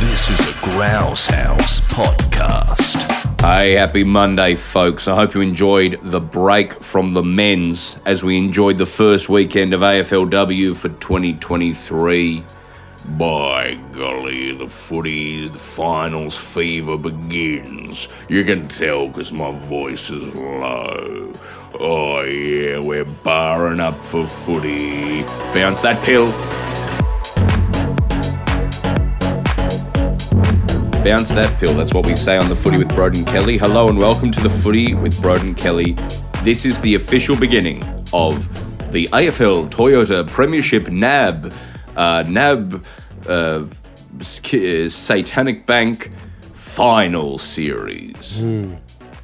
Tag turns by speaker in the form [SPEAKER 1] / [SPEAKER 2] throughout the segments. [SPEAKER 1] This is the Grouse House Podcast.
[SPEAKER 2] Hey, happy Monday, folks. I hope you enjoyed the break from the men's as we enjoyed the first weekend of AFLW for 2023. By golly, the footy, the finals fever begins. You can tell because my voice is low. Oh, yeah, we're barring up for footy. Bounce that pill. Bounce that pill. That's what we say on the footy with Broden Kelly. Hello and welcome to the footy with Broden Kelly. This is the official beginning of the AFL Toyota Premiership NAB, uh, NAB uh, sk- uh, Satanic Bank Final Series.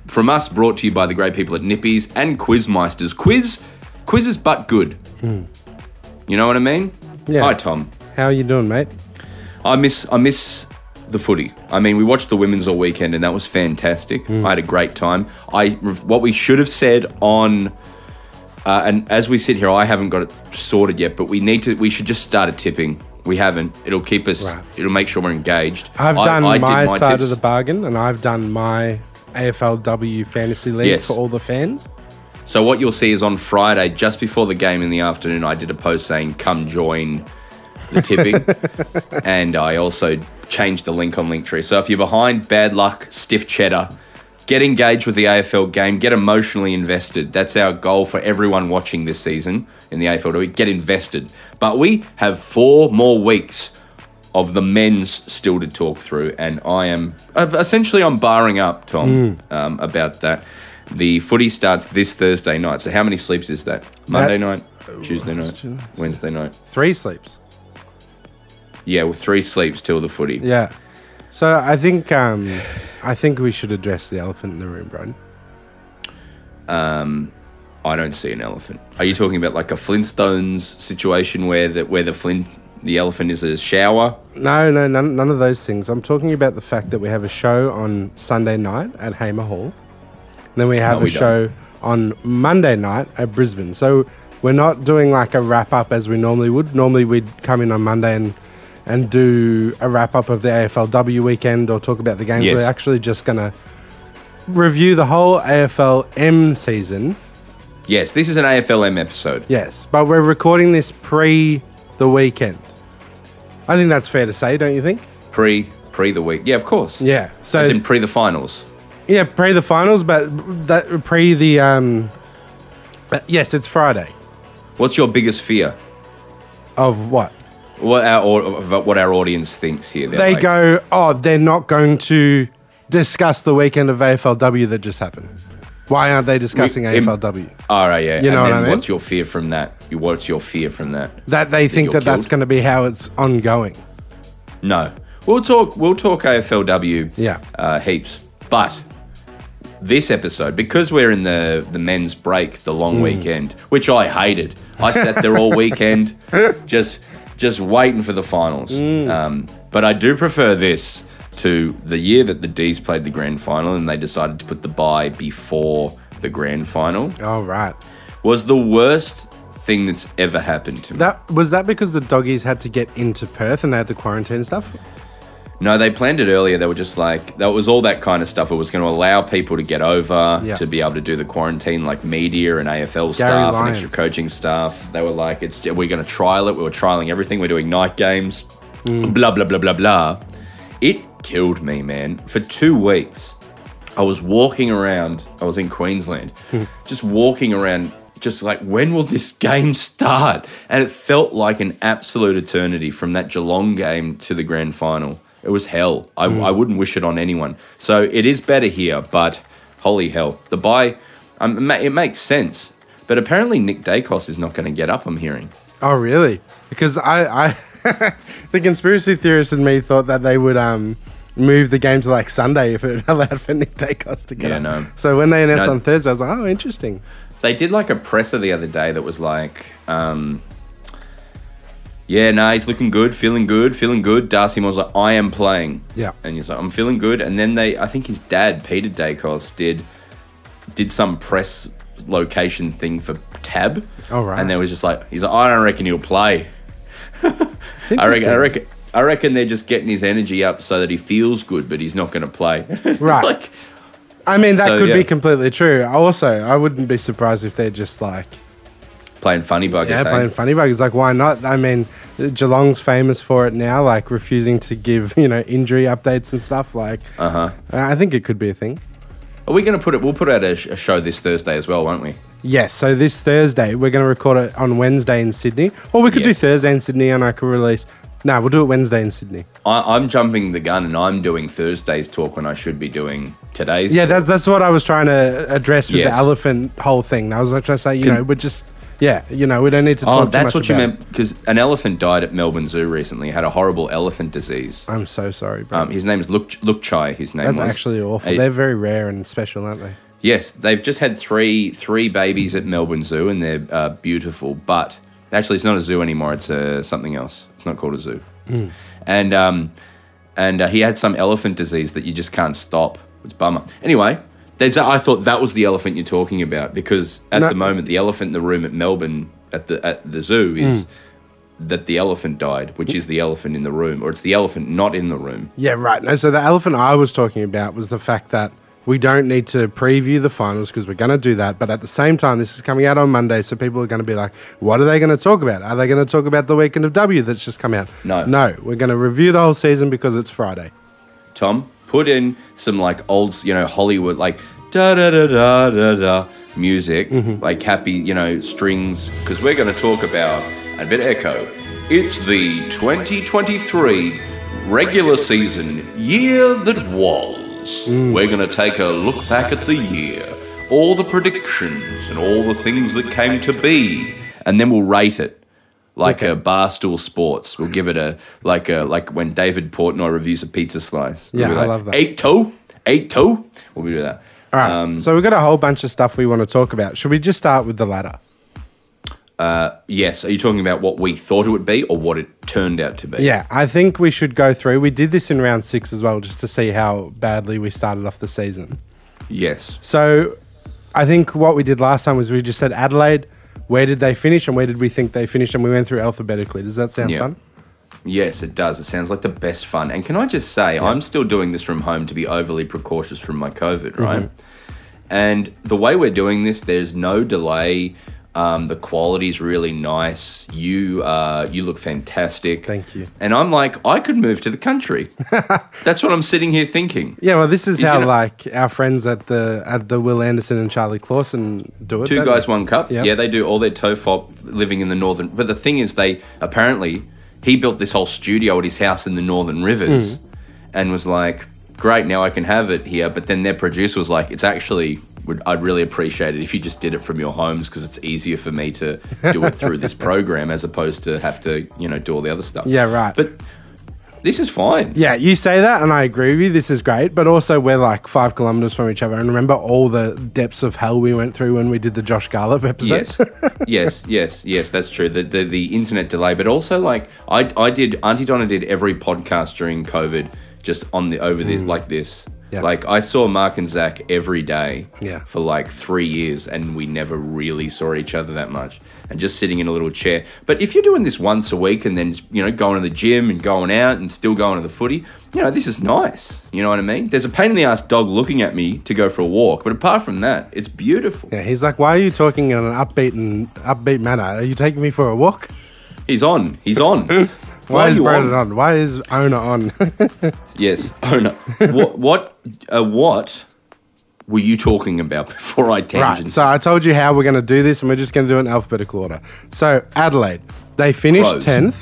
[SPEAKER 2] From us, brought to you by the great people at Nippies and Quizmeisters. Quiz, quiz is but good. You know what I mean?
[SPEAKER 3] Yeah.
[SPEAKER 2] Hi, Tom.
[SPEAKER 3] How you doing, mate?
[SPEAKER 2] I miss I miss the footy. I mean, we watched the women's all weekend, and that was fantastic.
[SPEAKER 3] Mm.
[SPEAKER 2] I had a great time. I what we should have said on, uh, and as we sit here, I haven't got it sorted yet, but we need to. We should just start a tipping. We haven't. It'll keep us.
[SPEAKER 3] Right.
[SPEAKER 2] It'll make sure we're engaged.
[SPEAKER 3] I've
[SPEAKER 2] I-
[SPEAKER 3] done
[SPEAKER 2] I did
[SPEAKER 3] my, side of
[SPEAKER 2] tips.
[SPEAKER 3] the bargain, and I've done my AFLW fantasy league
[SPEAKER 2] Yes.
[SPEAKER 3] for all the fans.
[SPEAKER 2] So what you'll see is on Friday, just before the game in the afternoon, I did a post saying, "Come join the tipping," and I also changed the link on Linktree. So if you're behind, bad luck, stiff cheddar. Get engaged with the AFL game. Get emotionally invested. That's our goal for everyone watching this season in the AFL. Get invested. But we have four more weeks of the men's still to talk through, and I am uh, essentially I'm barring up Tom um, about that. The footy starts this Thursday night. So how many sleeps is that? Monday
[SPEAKER 3] That-
[SPEAKER 2] night, Tuesday night, Wednesday night.
[SPEAKER 3] Three sleeps.
[SPEAKER 2] Yeah, with three sleeps till the footy.
[SPEAKER 3] Yeah. So I think um, I think we should address the elephant in the room, Brian.
[SPEAKER 2] I don't see an elephant. Are you talking about like a Flintstones situation where the where the Flint the elephant is a shower?
[SPEAKER 3] No, no, none, none of those things. I'm talking about the fact that we have a show on Sunday night at Hamer Hall. And then we have
[SPEAKER 2] No, we
[SPEAKER 3] a show on Monday night at Brisbane. So we're not doing like a wrap up as we normally would. Normally we'd come in on Monday and and do a wrap up of the AFLW weekend or talk about the games.
[SPEAKER 2] Yes.
[SPEAKER 3] We're actually just gonna review the whole AFLM season.
[SPEAKER 2] Yes, this is an AFLM episode.
[SPEAKER 3] Yes, but we're recording this pre the weekend. I think that's fair to say, don't you think?
[SPEAKER 2] Pre pre the week. Yeah, of course.
[SPEAKER 3] Yeah. So
[SPEAKER 2] As in pre the finals.
[SPEAKER 3] Yeah, pre the finals, but that pre the um. but yes, it's Friday.
[SPEAKER 2] What's your biggest fear?
[SPEAKER 3] Of what
[SPEAKER 2] What our au- of what our audience thinks here? They're
[SPEAKER 3] they
[SPEAKER 2] like,
[SPEAKER 3] go? Oh, they're not going to discuss the weekend of AFLW that just happened. Why aren't they discussing
[SPEAKER 2] We- im-
[SPEAKER 3] AFLW?
[SPEAKER 2] All right, yeah.
[SPEAKER 3] You know
[SPEAKER 2] and
[SPEAKER 3] what
[SPEAKER 2] then
[SPEAKER 3] I mean?
[SPEAKER 2] What's your fear from that? You- What's your fear from that?
[SPEAKER 3] That they
[SPEAKER 2] you're
[SPEAKER 3] think that that's
[SPEAKER 2] killed?
[SPEAKER 3] going to be how it's ongoing.
[SPEAKER 2] No, we'll talk. We'll talk AFLW.
[SPEAKER 3] Yeah.
[SPEAKER 2] uh, heaps. But this episode, because we're in the the men's break, the long weekend, which I hated. I sat there all weekend, just just waiting for the finals. Um, but I do prefer this to the year that the D's played the grand final, and they decided to put the bye before the grand final.
[SPEAKER 3] All right.
[SPEAKER 2] was the worst thing that's ever happened to me.
[SPEAKER 3] That was that because the doggies had to get into Perth and they had to quarantine stuff.
[SPEAKER 2] no, they planned it earlier. They were just like that was all that kind of stuff. It was going to allow people to get over
[SPEAKER 3] Yeah.
[SPEAKER 2] to be able to do the quarantine, like media and AFL
[SPEAKER 3] Gary
[SPEAKER 2] staff
[SPEAKER 3] Lyon.
[SPEAKER 2] and extra coaching staff. They were like, "It's we're going to trial it. We were trialing everything. We're doing night games.
[SPEAKER 3] Hmm.
[SPEAKER 2] Blah blah blah blah blah." It killed me, man. For two weeks, I was walking around. I was in Queensland, just walking around, just like, when will this game start? And it felt like an absolute eternity from that Geelong game to the grand final. It was hell. I, I wouldn't wish it on anyone. So it is better here, but holy hell, the buy. Um, it ma- it makes sense, but apparently Nick Dacos is not going to get up. I'm hearing.
[SPEAKER 3] Oh, really? Because I, I the conspiracy theorist in me thought that they would um move the game to like Sunday if it allowed for Nick Dacos to get
[SPEAKER 2] Yeah,
[SPEAKER 3] up.
[SPEAKER 2] no.
[SPEAKER 3] So when they announced
[SPEAKER 2] No.
[SPEAKER 3] on Thursday, I was like, oh, interesting.
[SPEAKER 2] They did like a presser the other day that was like, um, yeah, no, he's looking good, feeling good, feeling good. Darcy Moore's like, I am playing.
[SPEAKER 3] Yeah.
[SPEAKER 2] And he's like, I'm feeling good. And then they, I think his dad, Peter Dacos, did did some press location thing for Tab.
[SPEAKER 3] Oh, right.
[SPEAKER 2] And they was just like, he's like, I don't reckon he'll play.
[SPEAKER 3] It's
[SPEAKER 2] I reckon, I
[SPEAKER 3] interesting.
[SPEAKER 2] reckon, I reckon they're just getting his energy up so that he feels good, but he's not going to play.
[SPEAKER 3] Right.
[SPEAKER 2] like,
[SPEAKER 3] I mean, that
[SPEAKER 2] So,
[SPEAKER 3] could
[SPEAKER 2] yeah.
[SPEAKER 3] be completely true. Also, I wouldn't be surprised if they're just like,
[SPEAKER 2] playing funny buggers.
[SPEAKER 3] yeah,
[SPEAKER 2] hey?
[SPEAKER 3] playing funny buggers. Like, why not? I mean, Geelong's famous for it now, like refusing to give, you know, injury updates and stuff. Like,
[SPEAKER 2] Uh.
[SPEAKER 3] uh-huh. I think it could be a thing.
[SPEAKER 2] Are we going to put it? We'll put out a, sh- a show this Thursday as well, won't we?
[SPEAKER 3] Yes, so this Thursday, we're going to record it on Wednesday in Sydney. Or we could do
[SPEAKER 2] Yes.
[SPEAKER 3] Thursday in Sydney and I could release. No, we'll do it Wednesday in Sydney.
[SPEAKER 2] I, I'm jumping the gun and I'm doing Thursday's talk when I should be doing today's.
[SPEAKER 3] Yeah, that, that's what I was trying to address with
[SPEAKER 2] Yes.
[SPEAKER 3] the elephant whole thing. I was like trying to say, you
[SPEAKER 2] Can-
[SPEAKER 3] know, we're just, yeah, you know, we don't need to talk
[SPEAKER 2] Oh,
[SPEAKER 3] too
[SPEAKER 2] that's
[SPEAKER 3] much
[SPEAKER 2] what you
[SPEAKER 3] about it.
[SPEAKER 2] meant. Because an elephant died at Melbourne Zoo recently. Had a horrible elephant disease.
[SPEAKER 3] I'm so sorry, bro.
[SPEAKER 2] Um, his name's Luk Lukchai. His name
[SPEAKER 3] Oh. That's
[SPEAKER 2] was
[SPEAKER 3] actually awful.
[SPEAKER 2] Hey,
[SPEAKER 3] They're very rare and special, aren't they?
[SPEAKER 2] yes, they've just had three three babies at Melbourne Zoo, and they're uh, beautiful. But actually, it's not a zoo anymore. It's uh, something else. It's not called a zoo. And um, and uh, he had some elephant disease that you just can't stop. It's a bummer. Anyway. There's, I thought that was the elephant you're talking about because at
[SPEAKER 3] No.
[SPEAKER 2] the moment the elephant in the room at Melbourne at the at the zoo is that the elephant died, which is the elephant in the room, or it's the elephant not in the room.
[SPEAKER 3] Yeah, right. No, so the elephant I was talking about was the fact that we don't need to preview the finals because we're going to do that. But at the same time, this is coming out on Monday, so people are going to be like, what are they going to talk about? Are they going to talk about the weekend of W that's just come out?
[SPEAKER 2] No.
[SPEAKER 3] No, we're going to review the whole season because it's Friday.
[SPEAKER 2] Tom, put in some like old, you know, Hollywood like da da da da da da music, like happy, you know, strings, because we're going to talk about a bit of echo. It's the 2023 regular season year that was. We're going to take a look back at the year, all the predictions and all the things that came to be, and then we'll rate it like a barstool sports. We'll give it a like a like when David Portnoy reviews a pizza slice. We'll
[SPEAKER 3] Yeah,
[SPEAKER 2] be
[SPEAKER 3] I
[SPEAKER 2] like,
[SPEAKER 3] love that.
[SPEAKER 2] Eight toe, eight toe. We'll be doing that.
[SPEAKER 3] All right. so we've got a whole bunch of stuff we want to talk about. Should we just start with the ladder?
[SPEAKER 2] Yes. Are you talking about what we thought it would be or what it turned out to be?
[SPEAKER 3] Yeah, I think we should go through. We did this in round six as well, just to see how badly we started off the season.
[SPEAKER 2] Yes.
[SPEAKER 3] So I think what we did last time was we just said Adelaide, where did they finish and where did we think they finished? And we went through alphabetically. Does that sound
[SPEAKER 2] Yeah.
[SPEAKER 3] fun?
[SPEAKER 2] Yes, it does. It sounds like the best fun. And can I just say, I'm still doing this from home to be overly precautious from my
[SPEAKER 3] Mm-hmm.
[SPEAKER 2] COVID, right? And the way we're doing this, there's no delay. Um, the quality's really nice. You uh, you look fantastic.
[SPEAKER 3] Thank you.
[SPEAKER 2] And I'm like, I could move to the country. That's what I'm sitting here thinking.
[SPEAKER 3] Yeah, well, this is
[SPEAKER 2] You
[SPEAKER 3] how
[SPEAKER 2] know-
[SPEAKER 3] like our friends at the at the Will Anderson and Charlie Clausen do it.
[SPEAKER 2] Two
[SPEAKER 3] don't
[SPEAKER 2] guys,
[SPEAKER 3] they?
[SPEAKER 2] one cup.
[SPEAKER 3] Yeah.
[SPEAKER 2] Yeah, they do all their tofop living in the northern. But the thing is, they apparently he built this whole studio at his house in the Northern
[SPEAKER 3] Mm.
[SPEAKER 2] Rivers, and was like, "Great, now I can have it here." But then their producer was like, "It's actually." would- I'd really appreciate it if you just did it from your homes because it's easier for me to do it through this program as opposed to have to, you know, do all the other stuff.
[SPEAKER 3] Yeah, right.
[SPEAKER 2] But this is fine.
[SPEAKER 3] Yeah, you say that, and I agree with you. This is great, but also we're like five kilometers from each other. And remember all the depths of hell we went through when we did the Josh Garlop episode.
[SPEAKER 2] Yes, yes, yes, yes. That's true. The, the the internet delay, but also like I I did Auntie Donna did every podcast during COVID, just on the over this like this.
[SPEAKER 3] Mm. Yeah.
[SPEAKER 2] Like I saw Mark and Zach every day
[SPEAKER 3] Yeah.
[SPEAKER 2] for like three years, and we never really saw each other that much. And just sitting in a little chair. But if you're doing this once a week, and then you know going to the gym and going out and still going to the footy, you know this is nice. You know what I mean? There's a pain in the ass dog looking at me to go for a walk, but apart from that, it's beautiful.
[SPEAKER 3] Yeah, he's like, "Why are you talking in an upbeat and upbeat manner? Are you taking me for a walk?
[SPEAKER 2] He's on. He's on. Why,
[SPEAKER 3] Why,
[SPEAKER 2] are
[SPEAKER 3] is
[SPEAKER 2] you
[SPEAKER 3] Brandon
[SPEAKER 2] on?
[SPEAKER 3] on? Why is owner on?
[SPEAKER 2] Yes. Oh no. what? What? Uh, what were you talking about before I
[SPEAKER 3] Right.
[SPEAKER 2] tangent?
[SPEAKER 3] So I told you how we're going to do this, and we're just going to do it in alphabetical order. So Adelaide, they finished
[SPEAKER 2] Crows.
[SPEAKER 3] tenth.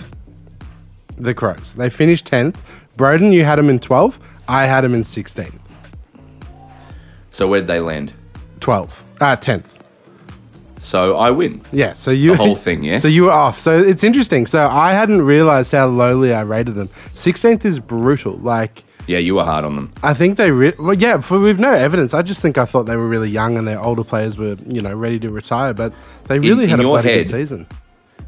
[SPEAKER 3] The Crows, they finished tenth. Broden, you had them in twelfth. I had them in sixteenth.
[SPEAKER 2] so where did they land?
[SPEAKER 3] Twelfth. Uh, tenth.
[SPEAKER 2] So I win.
[SPEAKER 3] Yeah. So you
[SPEAKER 2] The whole thing, yes?
[SPEAKER 3] So you were off. So it's interesting. So I hadn't realized how lowly I rated them. Sixteenth is brutal. Like
[SPEAKER 2] Yeah, you were hard on them.
[SPEAKER 3] I think they. Re- well, yeah. For we've no evidence. I just think I thought they were really young and their older players were, you know, ready to retire. But they really
[SPEAKER 2] in
[SPEAKER 3] had a
[SPEAKER 2] your
[SPEAKER 3] bloody good
[SPEAKER 2] head,
[SPEAKER 3] season.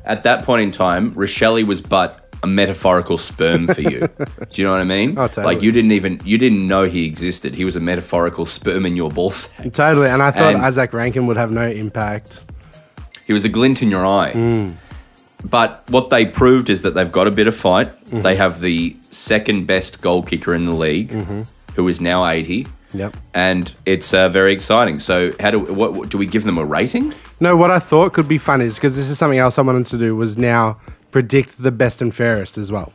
[SPEAKER 2] At that point in time, Rochelle was but a metaphorical sperm for you. Do you know what I mean?
[SPEAKER 3] Oh, totally.
[SPEAKER 2] Like you didn't even you didn't know he existed. He was a metaphorical sperm in your ballsack.
[SPEAKER 3] Totally, and I thought
[SPEAKER 2] And-
[SPEAKER 3] Isaac Rankin would have no impact. Mm.
[SPEAKER 2] He was a glint in your eye. But what they proved is that they've got a bit of fight.
[SPEAKER 3] Mm-hmm.
[SPEAKER 2] They have the second best goal kicker in the league,
[SPEAKER 3] Mm-hmm.
[SPEAKER 2] who is now 80.
[SPEAKER 3] Yep.
[SPEAKER 2] And it's uh, very exciting. So, how do what, what- do we give them a rating?
[SPEAKER 3] No, what I thought could be fun is because this is something else I wanted to do was now predict the best and fairest as well.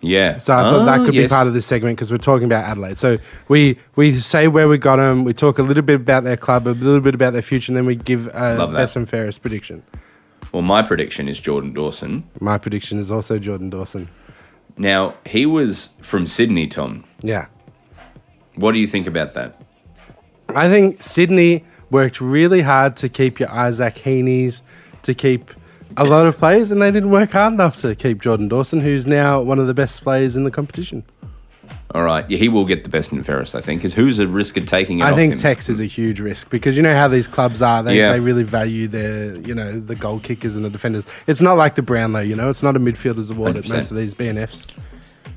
[SPEAKER 2] Yeah. Ah,
[SPEAKER 3] So I thought that could be part
[SPEAKER 2] of.
[SPEAKER 3] of this segment because we're talking about Adelaide. So we we say where we got them, we talk a little bit about their club, a little bit about their future, and then we give a
[SPEAKER 2] Love that.
[SPEAKER 3] best and fairest prediction.
[SPEAKER 2] Well, my prediction is Jordan Dawson.
[SPEAKER 3] My prediction is also Jordan Dawson.
[SPEAKER 2] Now, he was from Sydney, Tom.
[SPEAKER 3] Yeah.
[SPEAKER 2] What do you think about that?
[SPEAKER 3] I think Sydney worked really hard to keep your Isaac Heaney's, to keep a lot of players, and they didn't work hard enough to keep Jordan Dawson, who's now one of the best players in the competition.
[SPEAKER 2] All right. Yeah, he will get the best and fairest, I think, because who's at risk of taking it
[SPEAKER 3] I
[SPEAKER 2] off
[SPEAKER 3] think
[SPEAKER 2] him?
[SPEAKER 3] Tex is a huge risk because you know how these clubs are. They,
[SPEAKER 2] Yeah.
[SPEAKER 3] they really value their, you know, the goal kickers and the defenders. It's not like the Brownlow, you know, it's not a midfielder's award at
[SPEAKER 2] 100%.
[SPEAKER 3] most of these BNFs.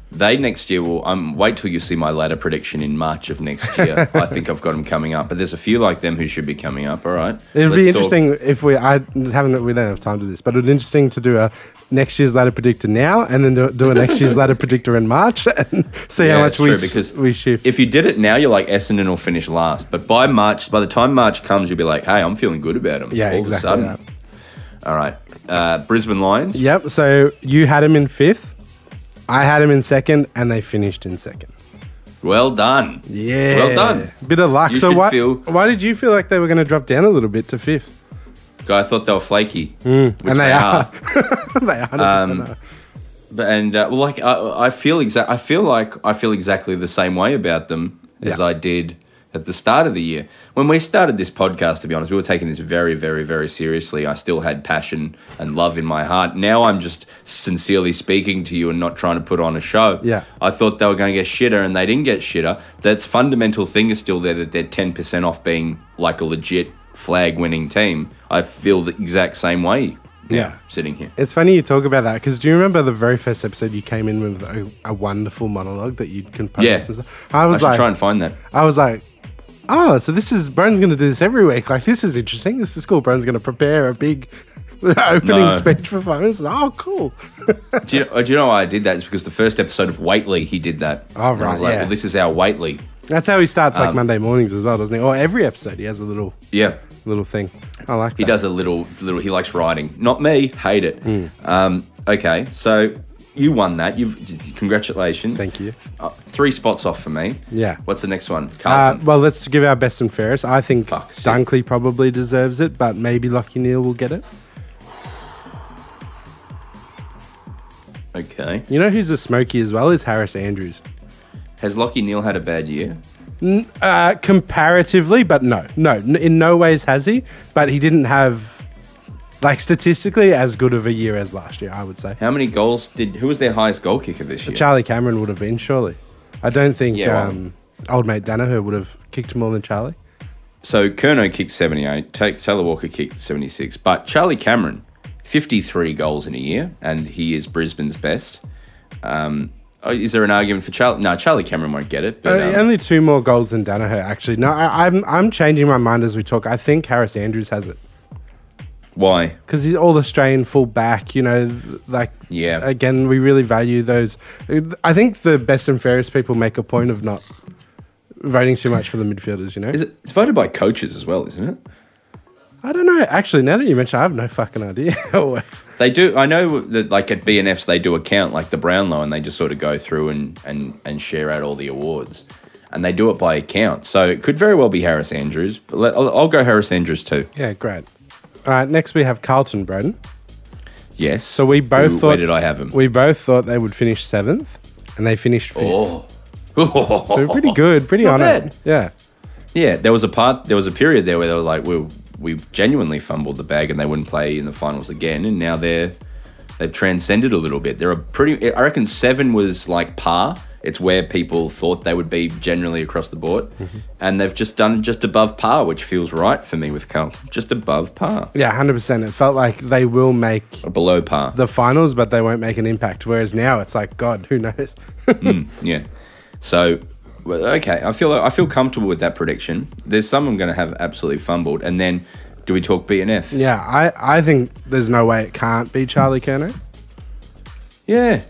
[SPEAKER 2] They next year will. Um, wait till you see my latter prediction in March of next year. I think I've got them coming up, but there's a few like them who should be coming up. All right.
[SPEAKER 3] It would
[SPEAKER 2] Let's
[SPEAKER 3] be
[SPEAKER 2] talk-
[SPEAKER 3] interesting if we, I haven't, we don't have time to do this, but it would be interesting to do a next year's ladder predictor now and then do, do a next year's ladder predictor in March and see
[SPEAKER 2] Yeah,
[SPEAKER 3] how
[SPEAKER 2] it's
[SPEAKER 3] much we,
[SPEAKER 2] true,
[SPEAKER 3] s-
[SPEAKER 2] because
[SPEAKER 3] we shift.
[SPEAKER 2] If you did it now, you're like Essendon will finish last, but by March, by the time March comes, you'll be like, "Hey, I'm feeling good about them."
[SPEAKER 3] Yeah,
[SPEAKER 2] all
[SPEAKER 3] exactly
[SPEAKER 2] of a sudden.
[SPEAKER 3] that.
[SPEAKER 2] All right, uh, Brisbane Lions.
[SPEAKER 3] Yep. So you had him in fifth, I had him in second, and they finished in second.
[SPEAKER 2] Well done.
[SPEAKER 3] Yeah.
[SPEAKER 2] Well done.
[SPEAKER 3] Bit of luck.
[SPEAKER 2] You
[SPEAKER 3] so
[SPEAKER 2] should
[SPEAKER 3] why,
[SPEAKER 2] feel-
[SPEAKER 3] why did you feel like they were going to drop down a little bit to fifth?
[SPEAKER 2] Guy, I thought they were flaky, which
[SPEAKER 3] Hmm. and
[SPEAKER 2] they,
[SPEAKER 3] they
[SPEAKER 2] are.
[SPEAKER 3] are. they 100%
[SPEAKER 2] Um,
[SPEAKER 3] are.
[SPEAKER 2] But and uh, well, like I, I feel exact. I feel like I feel exactly the same way about them as
[SPEAKER 3] Yeah.
[SPEAKER 2] I did at the start of the year when we started this podcast. To be honest, we were taking this very, very, very seriously. I still had passion and love in my heart. Now I'm just sincerely speaking to you and not trying to put on a show.
[SPEAKER 3] Yeah.
[SPEAKER 2] I thought they were going to get shitter, and they didn't get shitter. That's fundamental thing is still there that they're ten percent off being like a legit flag winning team. I feel the exact same way. now,
[SPEAKER 3] Yeah.
[SPEAKER 2] sitting here.
[SPEAKER 3] It's funny you talk about that because do you remember the very first episode you came in with a, a wonderful monologue that you'd composed?
[SPEAKER 2] Yeah.
[SPEAKER 3] and stuff? I
[SPEAKER 2] I
[SPEAKER 3] was
[SPEAKER 2] should
[SPEAKER 3] like,
[SPEAKER 2] try and find that.
[SPEAKER 3] I was like, oh, so this is Brown's going to do this every week. Like, this is interesting. This is cool. Brown's going to prepare a big opening
[SPEAKER 2] No.
[SPEAKER 3] speech for five minutes. Oh, cool.
[SPEAKER 2] Do you, uh, do you know why I did that? It's because the first episode of Waitley, he did that.
[SPEAKER 3] Oh,
[SPEAKER 2] And I was
[SPEAKER 3] right,
[SPEAKER 2] like,
[SPEAKER 3] yeah.
[SPEAKER 2] well, this is our Waitley.
[SPEAKER 3] That's how he starts
[SPEAKER 2] Um,
[SPEAKER 3] like Monday mornings as well, doesn't he? Or every episode he has a little
[SPEAKER 2] Yeah.
[SPEAKER 3] little thing. I like
[SPEAKER 2] He does a little, little, he likes writing. Not me, hate it.
[SPEAKER 3] Hmm.
[SPEAKER 2] Um, okay, so you won that. You've, congratulations.
[SPEAKER 3] Thank you.
[SPEAKER 2] Uh, three spots off for me.
[SPEAKER 3] Yeah.
[SPEAKER 2] What's the next one?
[SPEAKER 3] Uh,
[SPEAKER 2] Carlton.
[SPEAKER 3] well, let's give our best and fairest. I think
[SPEAKER 2] Fuck, shit.
[SPEAKER 3] Dunkley probably deserves it, but maybe Lucky Neal will get it.
[SPEAKER 2] okay.
[SPEAKER 3] You know who's a smoky as well is Harris Andrews.
[SPEAKER 2] Has Lockie Neal had a bad year?
[SPEAKER 3] Uh, comparatively, but no, no, n- in no ways has he. But he didn't have, like, statistically as good of a year as last year. I would say
[SPEAKER 2] How many goals did, who was their highest goal kicker this year?
[SPEAKER 3] Charlie Cameron would have been surely. I don't think
[SPEAKER 2] Yeah, well-
[SPEAKER 3] um, old mate Danaher would have kicked more than Charlie.
[SPEAKER 2] So Kerno kicked 78, Ta- Taylor Walker kicked 76, but Charlie Cameron, 53 goals in a year, and he is Brisbane's best. Um, oh, is there an argument for Charlie? No, Charlie Cameron won't get it. But,
[SPEAKER 3] Uh,
[SPEAKER 2] um,
[SPEAKER 3] only two more goals than Danaher. Actually, no, I, I'm I'm changing my mind as we talk. I think Harris Andrews has it.
[SPEAKER 2] why?
[SPEAKER 3] because he's all Australian full back, you know, th- like
[SPEAKER 2] Yeah.
[SPEAKER 3] Again, we really value those. I think the best and fairest people make a point of not voting too much for the midfielders. You know,
[SPEAKER 2] Is it, it's voted by coaches as well, isn't it?
[SPEAKER 3] I don't know. Actually, now that you mention, it, I have no fucking idea how it works.
[SPEAKER 2] They do. I know that, like at BNFs, they do a count like the Brownlow, and they just sort of go through and and and share out all the awards, and they do it by account. So it could very well be Harris Andrews. But let, I'll, I'll go Harris Andrews too.
[SPEAKER 3] Yeah, great. All right, next we have Carlton, Braden.
[SPEAKER 2] Yes.
[SPEAKER 3] So we both
[SPEAKER 2] Who-
[SPEAKER 3] thought
[SPEAKER 2] Where did I have him?
[SPEAKER 3] We both thought they would finish seventh, and they finished fifth.
[SPEAKER 2] oh.
[SPEAKER 3] So pretty good, pretty
[SPEAKER 2] Not
[SPEAKER 3] on
[SPEAKER 2] bad.
[SPEAKER 3] it. Yeah.
[SPEAKER 2] Yeah, there was a part, there was a period there where they were like, we we genuinely fumbled the bag and they wouldn't play in the finals again, and now they're they've transcended a little bit. They're a pretty, I reckon seven was like par. It's where people thought they would be generally across the board,
[SPEAKER 3] Mm-hmm.
[SPEAKER 2] and they've just done just above par, which feels right for me with Carlton. Just above par,
[SPEAKER 3] Yeah, 100%. It felt like they will make
[SPEAKER 2] or below par.
[SPEAKER 3] the finals, but they won't make an impact. Whereas now it's like, God, who knows?
[SPEAKER 2] Yeah. So, well, okay, I feel I feel comfortable with that prediction. There's some I'm going to have absolutely fumbled, and then Do we talk BNF? Yeah.
[SPEAKER 3] Yeah, I, I think there's no way it can't be Charlie Kerno.
[SPEAKER 2] Yeah.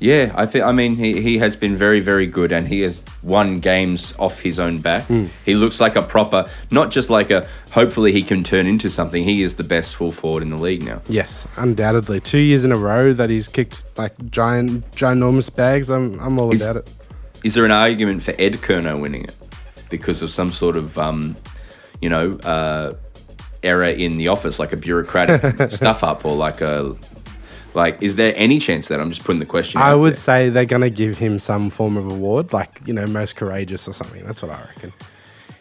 [SPEAKER 2] Yeah, I think. I mean, he, he has been very, very good, and he has won games off his own back.
[SPEAKER 3] Hmm.
[SPEAKER 2] He looks like a proper, not just like a. Hopefully, he can turn into something. He is the best full forward in the league now.
[SPEAKER 3] Yes, undoubtedly. Two years in a row that he's kicked like giant, ginormous bags. I'm, I'm all
[SPEAKER 2] He's-
[SPEAKER 3] about it.
[SPEAKER 2] Is there an argument for Ed Kerno winning it because of some sort of, um, you know, uh, error in the office, like a bureaucratic stuff up, or like a, like, is there any chance that I'm just putting the question?
[SPEAKER 3] I
[SPEAKER 2] out
[SPEAKER 3] would
[SPEAKER 2] there?
[SPEAKER 3] say they're going to give him some form of award, like, you know, most courageous or something. That's what I reckon.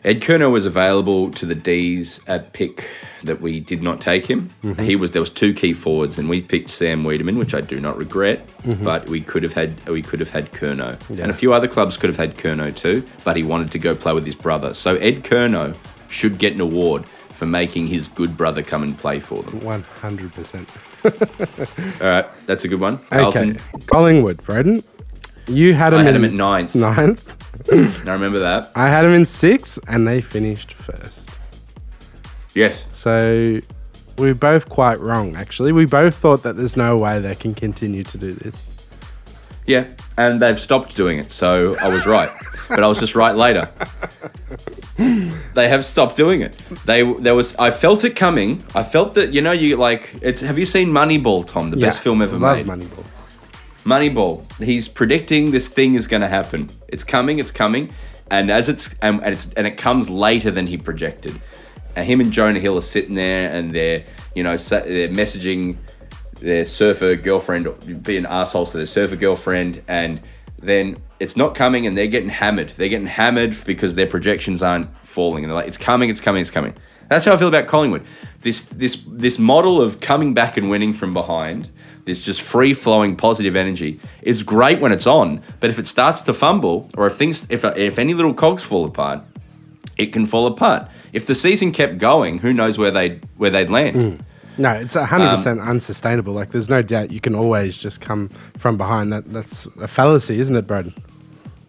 [SPEAKER 2] Ed Kerno was available to the D's at pick that we did not take him. He was there was two key forwards, and we picked Sam Wiedemann, which I do not regret. But we could have had we could have had Kerno, and a few other clubs could have had Kerno too. But he wanted to go play with his brother, so Ed Kerno should get an award for making his good brother come and play for them.
[SPEAKER 3] 100%.
[SPEAKER 2] All right, that's a good one.
[SPEAKER 3] Okay.
[SPEAKER 2] Carlton,
[SPEAKER 3] Collingwood, Broden. You had him,
[SPEAKER 2] I had
[SPEAKER 3] in
[SPEAKER 2] him at ninth.
[SPEAKER 3] ninth.
[SPEAKER 2] I remember that.
[SPEAKER 3] I had him in sixth, and they finished first.
[SPEAKER 2] Yes,
[SPEAKER 3] So we were both quite wrong, actually. We both thought that there's no way they can continue to do this.
[SPEAKER 2] yeah, and they've stopped doing it, so I was right. but I was just right later. they have stopped doing it. They there was I felt it coming. I felt that you know you like it's. Have you seen Moneyball, Tom? The best film ever made.
[SPEAKER 3] Love Moneyball.
[SPEAKER 2] Moneyball. He's predicting this thing is going to happen. It's coming. It's coming. And as it's and, and it's and it comes later than he projected. And him and Jonah Hill are sitting there and they're you know sa- they're messaging their surfer girlfriend, being assholes to their surfer girlfriend, and then it's not coming and they're getting hammered. They're getting hammered because their projections aren't falling. And they're like, it's coming, it's coming, it's coming. That's how I feel about Collingwood. This this this model of coming back and winning from behind, this just free flowing positive energy, is great when it's on. But if it starts to fumble, or if things if if any little cogs fall apart, it can fall apart. If the season kept going, who knows where they would where they'd land.
[SPEAKER 3] No, it's
[SPEAKER 2] Um,
[SPEAKER 3] 100% unsustainable. Like, there's no doubt you can always just come from behind. That That's a fallacy, isn't it, Broden?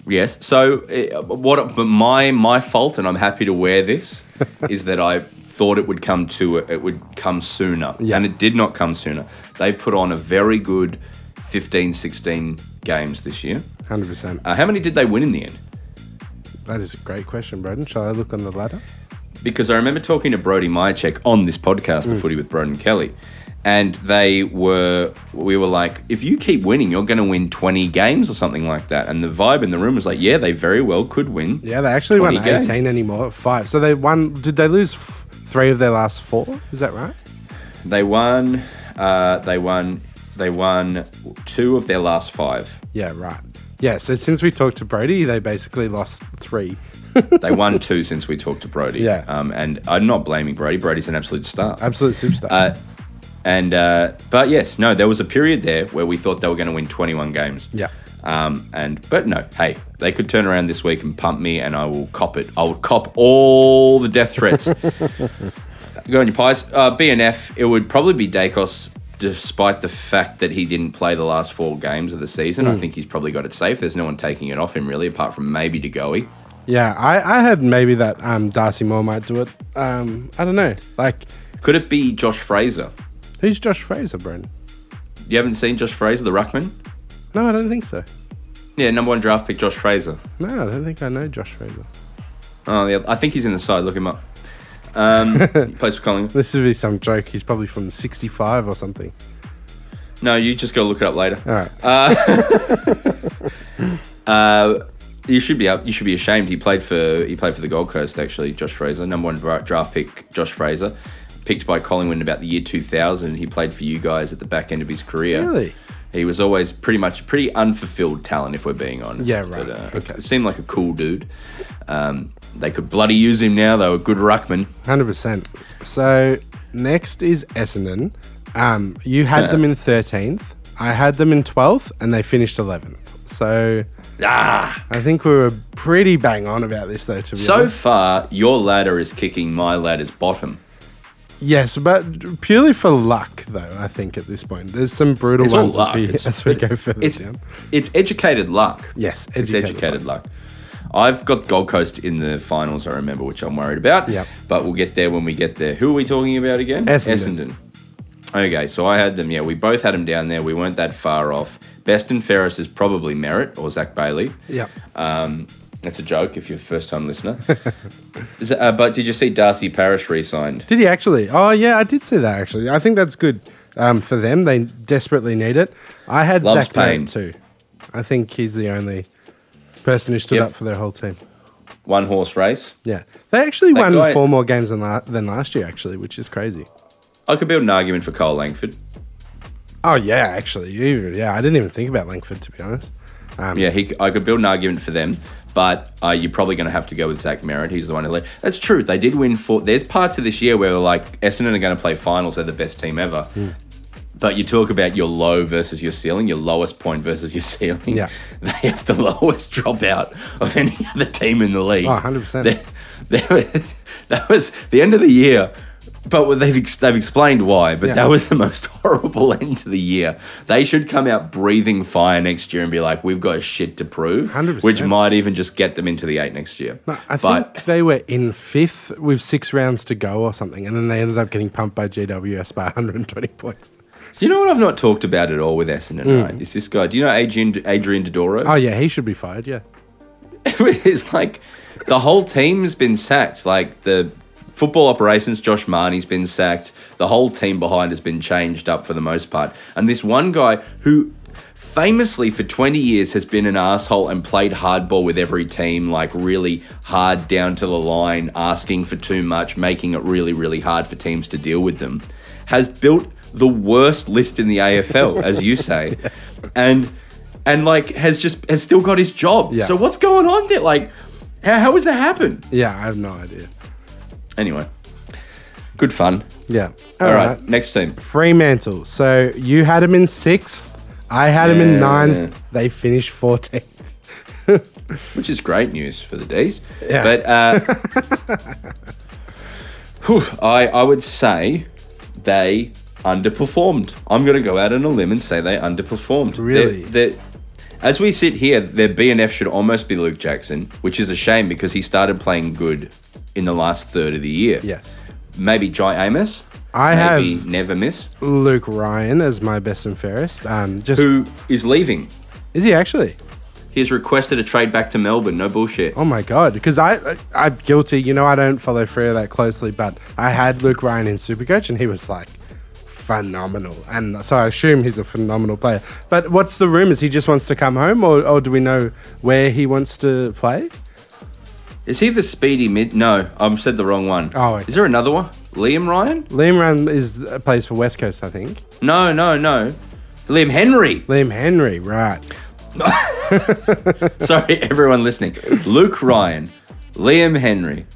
[SPEAKER 2] Yes. So uh, what? But my my fault, and I'm happy to wear this, is that I thought it would come to it would come sooner,
[SPEAKER 3] Yeah.
[SPEAKER 2] and it did not come sooner. They put on a very good 15, 16 games this year.
[SPEAKER 3] 100%.
[SPEAKER 2] Uh, how many did they win in the end?
[SPEAKER 3] That is a great question, Broden. Shall I look on the ladder?
[SPEAKER 2] because I remember talking to Brody Myercheck on this podcast,
[SPEAKER 3] Mm.
[SPEAKER 2] The Footy with Broden Kelly, and they were we were like, if you keep winning, you're going to win 20 games or something like that. And the vibe in the room was like, yeah, they very well could win.
[SPEAKER 3] Yeah, they actually won
[SPEAKER 2] 20 games.
[SPEAKER 3] 18 anymore, five. So they won. Did they lose f- three of their last four? Is that right?
[SPEAKER 2] They won. Uh, they won. They won two of their last five.
[SPEAKER 3] Yeah, right. Yeah, so since we talked to Brody, they basically lost three.
[SPEAKER 2] They won two since we talked to Brody.
[SPEAKER 3] Yeah.
[SPEAKER 2] Um, and I'm not blaming Brody. Brody's an absolute star.
[SPEAKER 3] Absolute superstar.
[SPEAKER 2] Uh, and uh, but yes, no, there was a period there where we thought they were going to win 21 games.
[SPEAKER 3] yeah.
[SPEAKER 2] Um, and but no, hey, they could turn around this week and pump me, and I will cop it. I will cop all the death threats. Go on your pies. Uh, BNF. It would probably be Dacos, despite the fact that he didn't play the last four games of the season. I think he's probably got it safe. There's no one taking it off him really, apart from maybe Degoe.
[SPEAKER 3] Yeah, I, I heard maybe that um, Darcy Moore might do it. Um, I don't know. Like,
[SPEAKER 2] Could it be Josh Fraser?
[SPEAKER 3] who's Josh Fraser, Brendan?
[SPEAKER 2] You haven't seen Josh Fraser, the ruckman?
[SPEAKER 3] No, I don't think so.
[SPEAKER 2] Yeah, number one draft pick, Josh Fraser.
[SPEAKER 3] No, I don't think I know Josh Fraser.
[SPEAKER 2] Oh, yeah, I think he's in the side. Look him up. Um, he plays for Collingwood.
[SPEAKER 3] This would be some joke. He's probably from 65 or something.
[SPEAKER 2] No, you just go look it up later.
[SPEAKER 3] All right.
[SPEAKER 2] Uh, you should be up. You should be ashamed. He played for he played for the Gold Coast actually. Josh Fraser, number one dra- draft pick. Josh Fraser, picked by Collingwood in about the year two thousand. He played for you guys at the back end of his career.
[SPEAKER 3] Really?
[SPEAKER 2] He was always pretty much pretty unfulfilled talent, if we're being honest.
[SPEAKER 3] Yeah, right.
[SPEAKER 2] okay. Seemed like a cool dude. Um, they could bloody use him now, though. A good ruckman.
[SPEAKER 3] 100%. So, next is Essendon. Um, you had them in 13th. I had them in 12th, and they finished 11th. So,
[SPEAKER 2] Ah,
[SPEAKER 3] I think we were pretty bang on about this, though, to be
[SPEAKER 2] so
[SPEAKER 3] honest.
[SPEAKER 2] far your ladder is kicking my ladder's bottom.
[SPEAKER 3] Yes, but purely for luck, though, I think at this point. There's some brutal
[SPEAKER 2] It's all
[SPEAKER 3] ones as
[SPEAKER 2] luck.
[SPEAKER 3] we,
[SPEAKER 2] It's-
[SPEAKER 3] as we go further
[SPEAKER 2] It's
[SPEAKER 3] down.
[SPEAKER 2] it's educated luck.
[SPEAKER 3] Yes,
[SPEAKER 2] It's educated luck. I've got Gold Coast in the finals, I remember, which I'm worried about.
[SPEAKER 3] Yep.
[SPEAKER 2] But we'll get there when we get there. Who are we talking about again?
[SPEAKER 3] Essendon.
[SPEAKER 2] Essendon. Okay, so I had them. Yeah, we both had them down there. We weren't that far off. Best and fairest is probably Merritt or Zach Bailey.
[SPEAKER 3] Yeah.
[SPEAKER 2] That's a joke if you're a first time listener. Z- uh, but did you see Darcy Parish re signed?
[SPEAKER 3] Did he actually? Oh yeah, I did see that actually. I think that's good um, for them. They desperately need it. I had
[SPEAKER 2] Loves
[SPEAKER 3] Zach Merritt
[SPEAKER 2] pain.
[SPEAKER 3] too. I think he's the only person who stood
[SPEAKER 2] Yep.
[SPEAKER 3] up for their whole team.
[SPEAKER 2] One horse race.
[SPEAKER 3] Yeah, they actually
[SPEAKER 2] That
[SPEAKER 3] won
[SPEAKER 2] guy-
[SPEAKER 3] four more games than la- than last year actually, which is crazy.
[SPEAKER 2] I could build an argument for Cole Langford.
[SPEAKER 3] Oh yeah, actually, you- yeah. I didn't even think about Langford to be honest.
[SPEAKER 2] Um, Yeah, he, I could build an argument for them, but uh, you're probably going to have to go with Zach Merritt. He's the one who led. That's true. They did win four. There's parts of this year where like Essendon are going to play finals. They're the best team ever.
[SPEAKER 3] Hmm.
[SPEAKER 2] But you talk about your low versus your ceiling, your lowest point versus your ceiling.
[SPEAKER 3] Yeah.
[SPEAKER 2] They have the lowest dropout of any other team in the league.
[SPEAKER 3] Oh, 100%.
[SPEAKER 2] There- there was- that was the end of the year. But what they've, ex- they've explained why, but
[SPEAKER 3] Yeah.
[SPEAKER 2] that was the most horrible end to the year. They should come out breathing fire next year and be like, we've got shit to prove,
[SPEAKER 3] 100%.
[SPEAKER 2] which might even just get them into the eight next year.
[SPEAKER 3] I
[SPEAKER 2] but
[SPEAKER 3] think they were in fifth with six rounds to go or something, and then they ended up getting pumped by GWS by 120 points.
[SPEAKER 2] do you know what I've not talked about at all with Essendon, right? Is this guy, do you know Adrian, Adrian Dodoro?
[SPEAKER 3] Mm. Oh yeah, he should be fired. Yeah,
[SPEAKER 2] it's like the whole team's been sacked. Like the football operations, Josh Marnie's been sacked. The whole team behind has been changed up for the most part. And this one guy who famously for 20 years has been an asshole and played hardball with every team like really hard down to the line asking for too much making it really really hard for teams to deal with them has built the worst list in the AFL as you say and and like has just has still got his job
[SPEAKER 3] Yeah.
[SPEAKER 2] so what's going on there like how, how has that happened
[SPEAKER 3] yeah. I have no idea.
[SPEAKER 2] anyway good fun
[SPEAKER 3] Yeah.
[SPEAKER 2] all right. next team
[SPEAKER 3] Fremantle. So you had him in sixth. I had him
[SPEAKER 2] Yeah.
[SPEAKER 3] in ninth. They finished 14th.
[SPEAKER 2] which is great news for the D's.
[SPEAKER 3] Yeah.
[SPEAKER 2] But uh, whew, I, I would say they underperformed. I'm going to go out on a limb and say they underperformed. They're-
[SPEAKER 3] Really?
[SPEAKER 2] they're- as we sit here, their BNF should almost be Luke Jackson, which is a shame because he started playing good in the last third of the year.
[SPEAKER 3] Yes.
[SPEAKER 2] Maybe Jai Amos.
[SPEAKER 3] I have-
[SPEAKER 2] maybe Never Miss,
[SPEAKER 3] Luke Ryan as my best and fairest. Um, just
[SPEAKER 2] who is leaving.
[SPEAKER 3] is he actually?
[SPEAKER 2] He has requested a trade back to Melbourne. No bullshit.
[SPEAKER 3] Oh my god! Because I, I I'm guilty. You know I don't follow Freo that closely, but I had Luke Ryan in Supercoach and he was like phenomenal. And so I assume he's a phenomenal player. But what's the rumors? He just wants to come home, or, or do we know where he wants to play?
[SPEAKER 2] Is he the speedy mid? No, I've said the wrong one.
[SPEAKER 3] Oh, okay.
[SPEAKER 2] is there another one? Liam Ryan?
[SPEAKER 3] Liam Ryan is uh, plays for West Coast, I think.
[SPEAKER 2] No, no, no. Liam Henry.
[SPEAKER 3] Liam Henry, right?
[SPEAKER 2] Sorry, everyone listening. Luke Ryan, Liam Henry,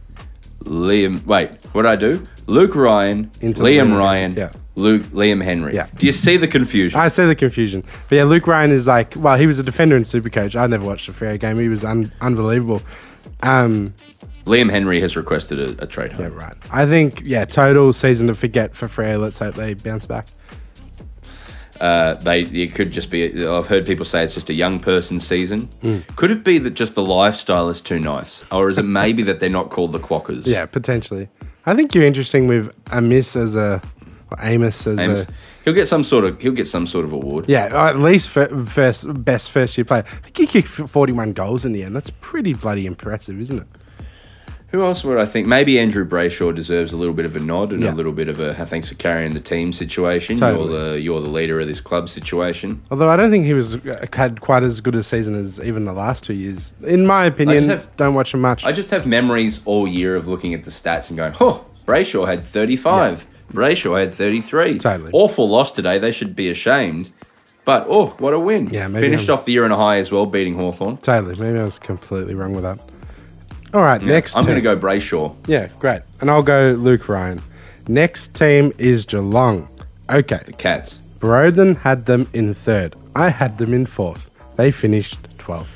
[SPEAKER 2] Liam. Wait, what did I do? Luke Ryan,
[SPEAKER 3] Into
[SPEAKER 2] Liam
[SPEAKER 3] Liam
[SPEAKER 2] Ryan,
[SPEAKER 3] Henry, yeah.
[SPEAKER 2] Luke, Liam Henry.
[SPEAKER 3] Yeah.
[SPEAKER 2] Do you see the confusion?
[SPEAKER 3] I see the confusion. But yeah, Luke Ryan is like, well, he was a defender in Supercoach. I never watched a fair game. He was un- unbelievable. Um,
[SPEAKER 2] Liam Henry has requested a, a trade.
[SPEAKER 3] yeah,
[SPEAKER 2] home.
[SPEAKER 3] right. I think, yeah, total season to forget for Freo. Let's hope they bounce back.
[SPEAKER 2] Uh, they it could just be. I've heard people say it's just a young person season.
[SPEAKER 3] Hmm.
[SPEAKER 2] Could it be that just the lifestyle is too nice, or is it maybe that they're not called the Quackers?
[SPEAKER 3] Yeah, potentially. I think you're interesting with Amos as a, or Amos as
[SPEAKER 2] Ames.
[SPEAKER 3] a,
[SPEAKER 2] He'll get some sort of he'll get some sort of award.
[SPEAKER 3] yeah, at least fir- first best first year player. I think he kicked 41 goals in the end. That's pretty bloody impressive, isn't it?
[SPEAKER 2] Who else would I think? Maybe Andrew Brayshaw deserves a little bit of a nod and a
[SPEAKER 3] Yeah.
[SPEAKER 2] little bit of a "Hey, thanks for carrying the team situation. You're
[SPEAKER 3] Totally.
[SPEAKER 2] the you're the leader of this club situation.
[SPEAKER 3] Although I don't think he was uh, had quite as good a season as even the last two years. In my opinion,
[SPEAKER 2] have-
[SPEAKER 3] don't watch him much.
[SPEAKER 2] I just have memories all year of looking at the stats and going, "Oh, Brayshaw had 35. Brayshaw had 33.
[SPEAKER 3] Totally.
[SPEAKER 2] Awful loss today. They should be ashamed." But oh, what a win!
[SPEAKER 3] Yeah, maybe
[SPEAKER 2] finished
[SPEAKER 3] I'm-
[SPEAKER 2] off the year in a high as well, beating Hawthorn.
[SPEAKER 3] Totally. Maybe I was completely wrong with that. All right, next.
[SPEAKER 2] I'm going to go
[SPEAKER 3] team.
[SPEAKER 2] Brayshaw.
[SPEAKER 3] Yeah, great. And I'll go Luke Ryan. Next team is Geelong. Okay.
[SPEAKER 2] Cats.
[SPEAKER 3] Broden had them in third. I had them in fourth. They finished 12th.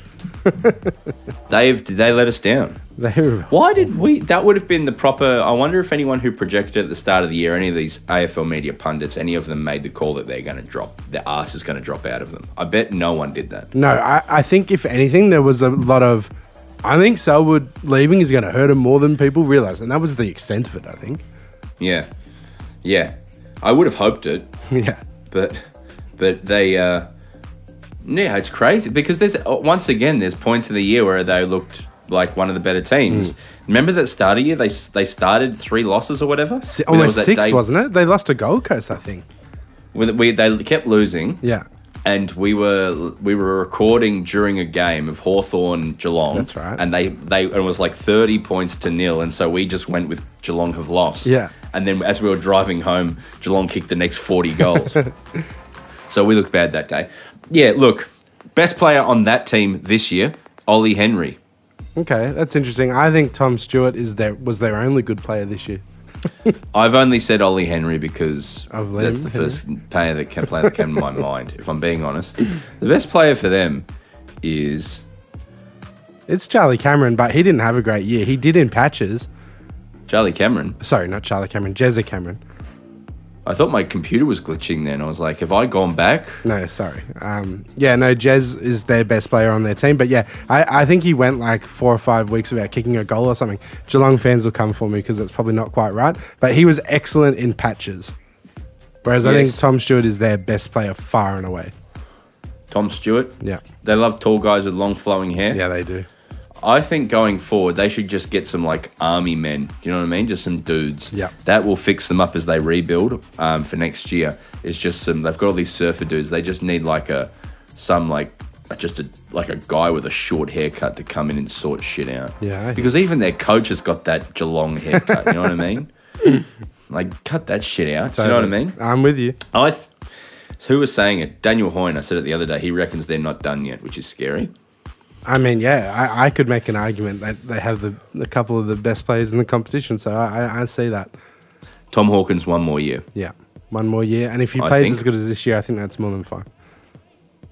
[SPEAKER 2] They've they let us down.
[SPEAKER 3] They were
[SPEAKER 2] Why did we? That would have been the proper. I wonder if anyone who projected at the start of the year, any of these AFL media pundits, any of them made the call that they're going to drop, their ass is going to drop out of them. I bet no one did that.
[SPEAKER 3] No, I, I think if anything, there was a lot of I think Selwood leaving is going to hurt him more than people realize, and that was the extent of it. I think.
[SPEAKER 2] Yeah, yeah. I would have hoped it,
[SPEAKER 3] yeah.
[SPEAKER 2] but but they. Uh, yeah, it's crazy because there's uh, once again there's points of the year where they looked like one of the better
[SPEAKER 3] Hmm.
[SPEAKER 2] teams. Remember that start of year they they started three losses or whatever.
[SPEAKER 3] Si-
[SPEAKER 2] When there
[SPEAKER 3] almost
[SPEAKER 2] that
[SPEAKER 3] six,
[SPEAKER 2] day-
[SPEAKER 3] wasn't it? They lost to Gold Coast, I think.
[SPEAKER 2] when we they kept losing.
[SPEAKER 3] Yeah,
[SPEAKER 2] and we were we were recording during a game of Hawthorn Geelong.
[SPEAKER 3] That's right.
[SPEAKER 2] And they they it was like thirty points to nil, and so we just went with Geelong have lost.
[SPEAKER 3] Yeah.
[SPEAKER 2] And then as we were driving home, Geelong kicked the next forty goals. so we looked bad that day. Yeah, look, best player on that team this year, Ollie Henry.
[SPEAKER 3] Okay, that's interesting. I think Tom Stewart is their was their only good player this year.
[SPEAKER 2] I've only said Ollie Henry because
[SPEAKER 3] Of Liam
[SPEAKER 2] that's the
[SPEAKER 3] Henry.
[SPEAKER 2] first player that came, player that came to my mind. If I'm being honest, the best player for them is
[SPEAKER 3] It's Charlie Cameron, but he didn't have a great year. He did in patches.
[SPEAKER 2] Charlie Cameron.
[SPEAKER 3] Sorry, not Charlie Cameron, Jezza Cameron.
[SPEAKER 2] I thought my computer was glitching then. I was like, have I gone back?
[SPEAKER 3] No, sorry. Um, yeah, no, Jez is their best player on their team. But yeah, I, I think he went like four or five weeks without kicking a goal or something. Geelong fans will come for me because that's probably not quite right. But he was excellent in patches. Whereas I
[SPEAKER 2] Yes.
[SPEAKER 3] think Tom Stewart is their best player far and away.
[SPEAKER 2] Tom Stewart.
[SPEAKER 3] Yeah.
[SPEAKER 2] They love tall guys with long flowing hair.
[SPEAKER 3] Yeah, they do.
[SPEAKER 2] I think going forward, they should just get some like army men. You know what I mean? Just some dudes.
[SPEAKER 3] Yeah.
[SPEAKER 2] That will fix them up as they rebuild um, for next year. It's just some. They've got all these surfer dudes. They just need like a some like a- just a like a guy with a short haircut to come in and sort shit out.
[SPEAKER 3] Yeah, I hear
[SPEAKER 2] Because even their coach has got that Geelong haircut. you know what I mean? Like cut that shit out. Do you know what I mean?
[SPEAKER 3] I'm with you.
[SPEAKER 2] I th- who was saying it? Daniel Hoyne. I said it the other day. He reckons they're not done yet, which is scary.
[SPEAKER 3] I mean, yeah, I, I could make an argument that they have the a couple of the best players in the competition. So I, I, I see that.
[SPEAKER 2] Tom Hawkins one more year.
[SPEAKER 3] Yeah, one more year, and if he
[SPEAKER 2] I
[SPEAKER 3] plays
[SPEAKER 2] think-
[SPEAKER 3] as good as this year, I think that's more than fine.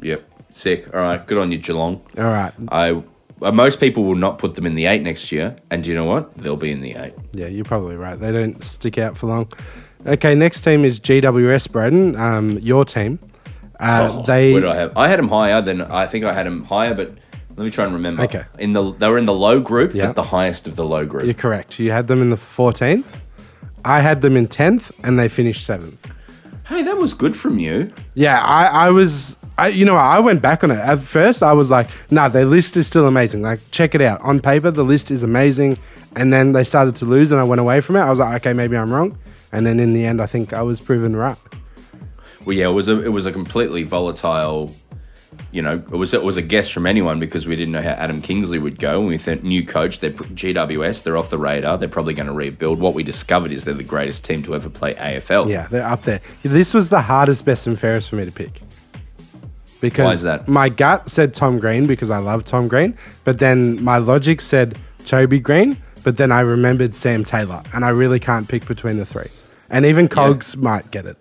[SPEAKER 2] Yep, sick. All right, good on you, Geelong.
[SPEAKER 3] All right.
[SPEAKER 2] I uh, most people will not put them in the eight next year, and do you know what? They'll be in the eight.
[SPEAKER 3] Yeah, you're probably right. They don't stick out for long. Okay, next team is GWS Braden, um, your team. Uh,
[SPEAKER 2] Oh,
[SPEAKER 3] they
[SPEAKER 2] where did I have? I had them higher than I think I had them higher, but let me try and remember.
[SPEAKER 3] Okay.
[SPEAKER 2] in the they were in the low group,
[SPEAKER 3] Yeah.
[SPEAKER 2] but the highest of the low group.
[SPEAKER 3] you're correct. You had them in the 14th. I had them in 10th, and they finished seventh.
[SPEAKER 2] Hey, that was good from you.
[SPEAKER 3] Yeah, I, I was, I, you know, I went back on it. At first, I was like, nah, their list is still amazing. Like, check it out. On paper, the list is amazing. And then they started to lose, and I went away from it. I was like, okay, maybe I'm wrong. And then in the end, I think I was proven right.
[SPEAKER 2] Well, yeah, it was a it was a completely volatile. You know, it was it was a guess from anyone because we didn't know how Adam Kingsley would go. And we thought new coach, they're pr- GWS, they're off the radar. They're probably going to rebuild. What we discovered is they're the greatest team to ever play AFL.
[SPEAKER 3] Yeah, they're up there. This was the hardest, best, and fairest for me to pick. Because
[SPEAKER 2] Why is that?
[SPEAKER 3] my gut said Tom Green because I love Tom Green, but then my logic said Toby Green, but then I remembered Sam Taylor, and I really can't pick between the three. And even Cogs might get it.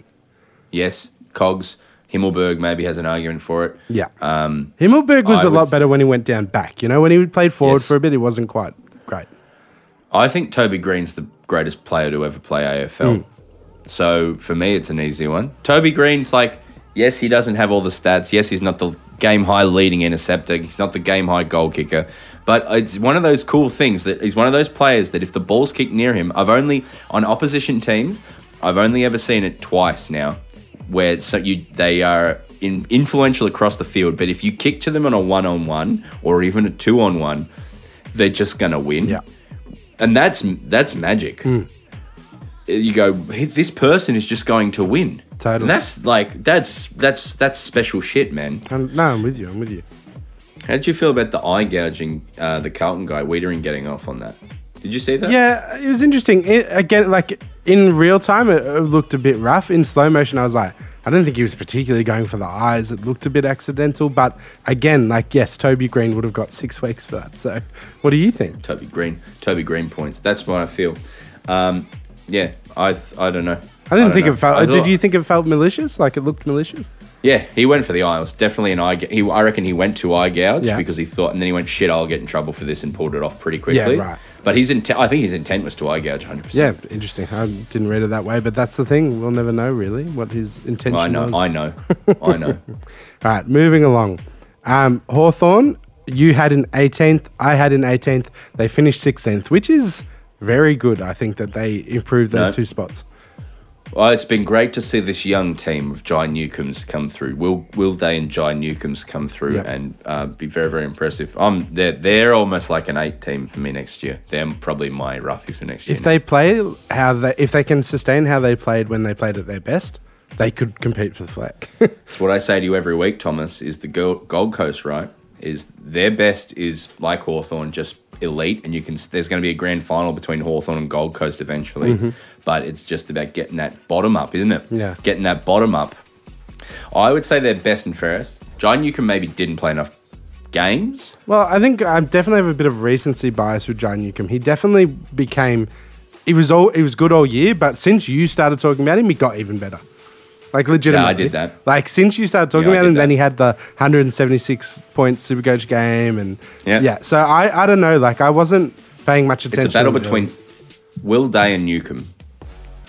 [SPEAKER 2] Yes, Cogs Himmelberg maybe has an argument for it.
[SPEAKER 3] Yeah.
[SPEAKER 2] Um,
[SPEAKER 3] Himmelberg was
[SPEAKER 2] I
[SPEAKER 3] a
[SPEAKER 2] would
[SPEAKER 3] lot
[SPEAKER 2] s-
[SPEAKER 3] better when he went down back. You know, when he played forward
[SPEAKER 2] Yes.
[SPEAKER 3] for a bit, it wasn't quite great.
[SPEAKER 2] I think Toby Green's the greatest player to ever play AFL. So for me, it's an easy one. Toby Green's like, yes, he doesn't have all the stats. Yes, he's not the game high leading interceptor. He's not the game high goal kicker. But it's one of those cool things that he's one of those players that if the ball's kicked near him, I've only on opposition teams, I've only ever seen it twice now, where so you they are in, influential across the field. But if you kick to them on a one on one or even a two on one, they're just gonna win
[SPEAKER 3] Yeah.
[SPEAKER 2] and that's that's magic.
[SPEAKER 3] Hmm.
[SPEAKER 2] You go, this person is just going to win.
[SPEAKER 3] Totally.
[SPEAKER 2] And that's like that's that's that's special shit, man.
[SPEAKER 3] And, no, I'm with you. I'm with you.
[SPEAKER 2] How did you feel about the eye gouging, uh, the Carlton guy Wiedering getting off on that? Did you see that?
[SPEAKER 3] Yeah, it was interesting. It, again, like in real time, it, it looked a bit rough. In slow motion, I was like, I don't think he was particularly going for the eyes. It looked a bit accidental. But again, like, yes, Toby Green would have got six weeks for that. So what do you think?
[SPEAKER 2] Toby Green, Toby Green points. That's what I feel. Um, yeah, I th- I don't know.
[SPEAKER 3] I didn't
[SPEAKER 2] don't
[SPEAKER 3] think
[SPEAKER 2] know.
[SPEAKER 3] it felt. uh,
[SPEAKER 2] I
[SPEAKER 3] did
[SPEAKER 2] thought-
[SPEAKER 3] you think it felt malicious? Like it looked malicious?
[SPEAKER 2] Yeah, he went for the eye. It was definitely an eye. Ga- he, I reckon he went to eye gouge
[SPEAKER 3] Yeah.
[SPEAKER 2] because he thought, and then he went, "Shit, I'll get in trouble for this," and pulled it off pretty quickly.
[SPEAKER 3] right.
[SPEAKER 2] But his intent, I think his intent was to eye gouge, hundred percent.
[SPEAKER 3] Yeah, interesting. I didn't read it that way, but that's the thing. We'll never know really what his intention
[SPEAKER 2] I know,
[SPEAKER 3] was.
[SPEAKER 2] I know, I know.
[SPEAKER 3] All right, moving along. Um, Hawthorne you had an 18th, I had an 18th. They finished 16th, which is very good. I think that they improved those
[SPEAKER 2] No.
[SPEAKER 3] two spots.
[SPEAKER 2] Well, it's been great to see this young team of Jai Newcombs come through. Will Will they and Jai Newcombs come through
[SPEAKER 3] Yep.
[SPEAKER 2] and uh, be very very impressive? Um, they're they're almost like an eight team for me next year. They're probably my roughie for next year.
[SPEAKER 3] If they play how they, if they can sustain how they played when they played at their best, they could compete for the flag.
[SPEAKER 2] It's what I say to you every week, Thomas, is the Go- Gold Coast, right? Is their best is like Hawthorn, just elite, and you can. There's going to be a grand final between Hawthorn and Gold Coast eventually, but it's just about getting that bottom up, isn't it?
[SPEAKER 3] Mm-hmm. Yeah.
[SPEAKER 2] getting that bottom up. I would say they're best and fairest. John Newcomb maybe didn't play enough games.
[SPEAKER 3] well, I think I definitely have a bit of recency bias with John Newcomb. He definitely became, he was all he was good all year, but since you started talking about him, he got even better. Like legitimately,
[SPEAKER 2] did that.
[SPEAKER 3] Like since you started talking
[SPEAKER 2] Yeah, I
[SPEAKER 3] about
[SPEAKER 2] did
[SPEAKER 3] him, then
[SPEAKER 2] that.
[SPEAKER 3] he had the 176 point Supercoach game, and
[SPEAKER 2] Yeah.
[SPEAKER 3] yeah. So I, I don't know. Like I wasn't paying much attention.
[SPEAKER 2] It's a battle
[SPEAKER 3] really.
[SPEAKER 2] between Will Day and Newcomb.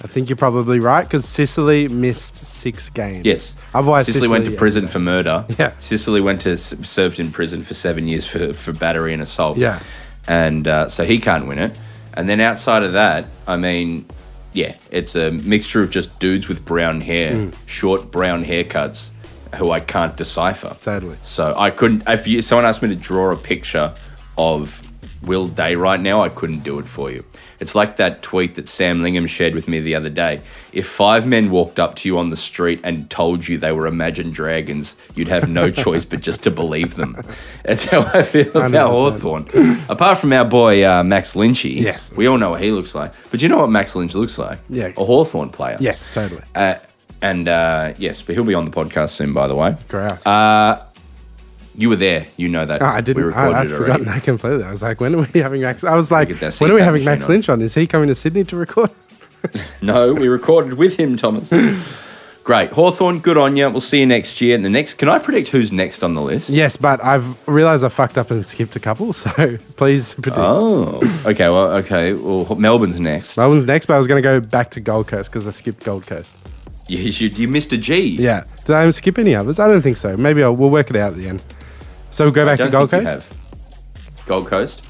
[SPEAKER 3] I think you're probably right because Sicily missed six games.
[SPEAKER 2] Yes.
[SPEAKER 3] Otherwise,
[SPEAKER 2] Sicily, went to
[SPEAKER 3] yeah.
[SPEAKER 2] prison for murder.
[SPEAKER 3] Yeah.
[SPEAKER 2] Sicily went to s- served in prison for seven years for, for battery and assault.
[SPEAKER 3] Yeah.
[SPEAKER 2] And uh, so he can't win it. And then outside of that, I mean, yeah, it's a mixture of just dudes with brown hair, short brown haircuts, who I can't decipher.
[SPEAKER 3] Totally.
[SPEAKER 2] So I couldn't. If you, someone asked me to draw a picture of Will Day right now, I couldn't do it for you. It's like that tweet that Sam Lingham shared with me the other day. If five men walked up to you on the street and told you they were imagined dragons, you'd have no choice but just to believe them. That's how I feel about
[SPEAKER 3] 100%.
[SPEAKER 2] Hawthorne. Apart from our boy uh, Max Lynchy,
[SPEAKER 3] Yes.
[SPEAKER 2] we all know what he looks like. But you know what Max Lynch looks like?
[SPEAKER 3] Yeah.
[SPEAKER 2] A Hawthorne player.
[SPEAKER 3] Yes, totally.
[SPEAKER 2] Uh, and uh, yes, but he'll be on the podcast soon, by the way.
[SPEAKER 3] Grouse.
[SPEAKER 2] You were there. You know that.
[SPEAKER 3] No, Oh, I didn't.
[SPEAKER 2] We recorded it
[SPEAKER 3] I, I'd
[SPEAKER 2] already.
[SPEAKER 3] forgotten that completely. I was like, when are we having Max? I was like,
[SPEAKER 2] get that
[SPEAKER 3] when are we
[SPEAKER 2] CPAP
[SPEAKER 3] having Max
[SPEAKER 2] machine on.
[SPEAKER 3] Lynch on? Is he coming to Sydney to record?
[SPEAKER 2] No, we recorded with him, Thomas. Great. Hawthorne, good on you. We'll see you next year. And the next, can I predict who's next on the list?
[SPEAKER 3] yes, but I've realised I fucked up and skipped a couple. So please predict.
[SPEAKER 2] Oh, okay. Well, okay. Well, Melbourne's next.
[SPEAKER 3] That one's next, but I was going to go back to Gold Coast because I skipped Gold Coast.
[SPEAKER 2] You, you, you missed a G.
[SPEAKER 3] Yeah. Did I skip any others? I don't think so. Maybe I'll, we'll work it out at the end. So we'll go back to
[SPEAKER 2] Don't
[SPEAKER 3] Gold
[SPEAKER 2] think
[SPEAKER 3] Coast.
[SPEAKER 2] you have. Gold Coast.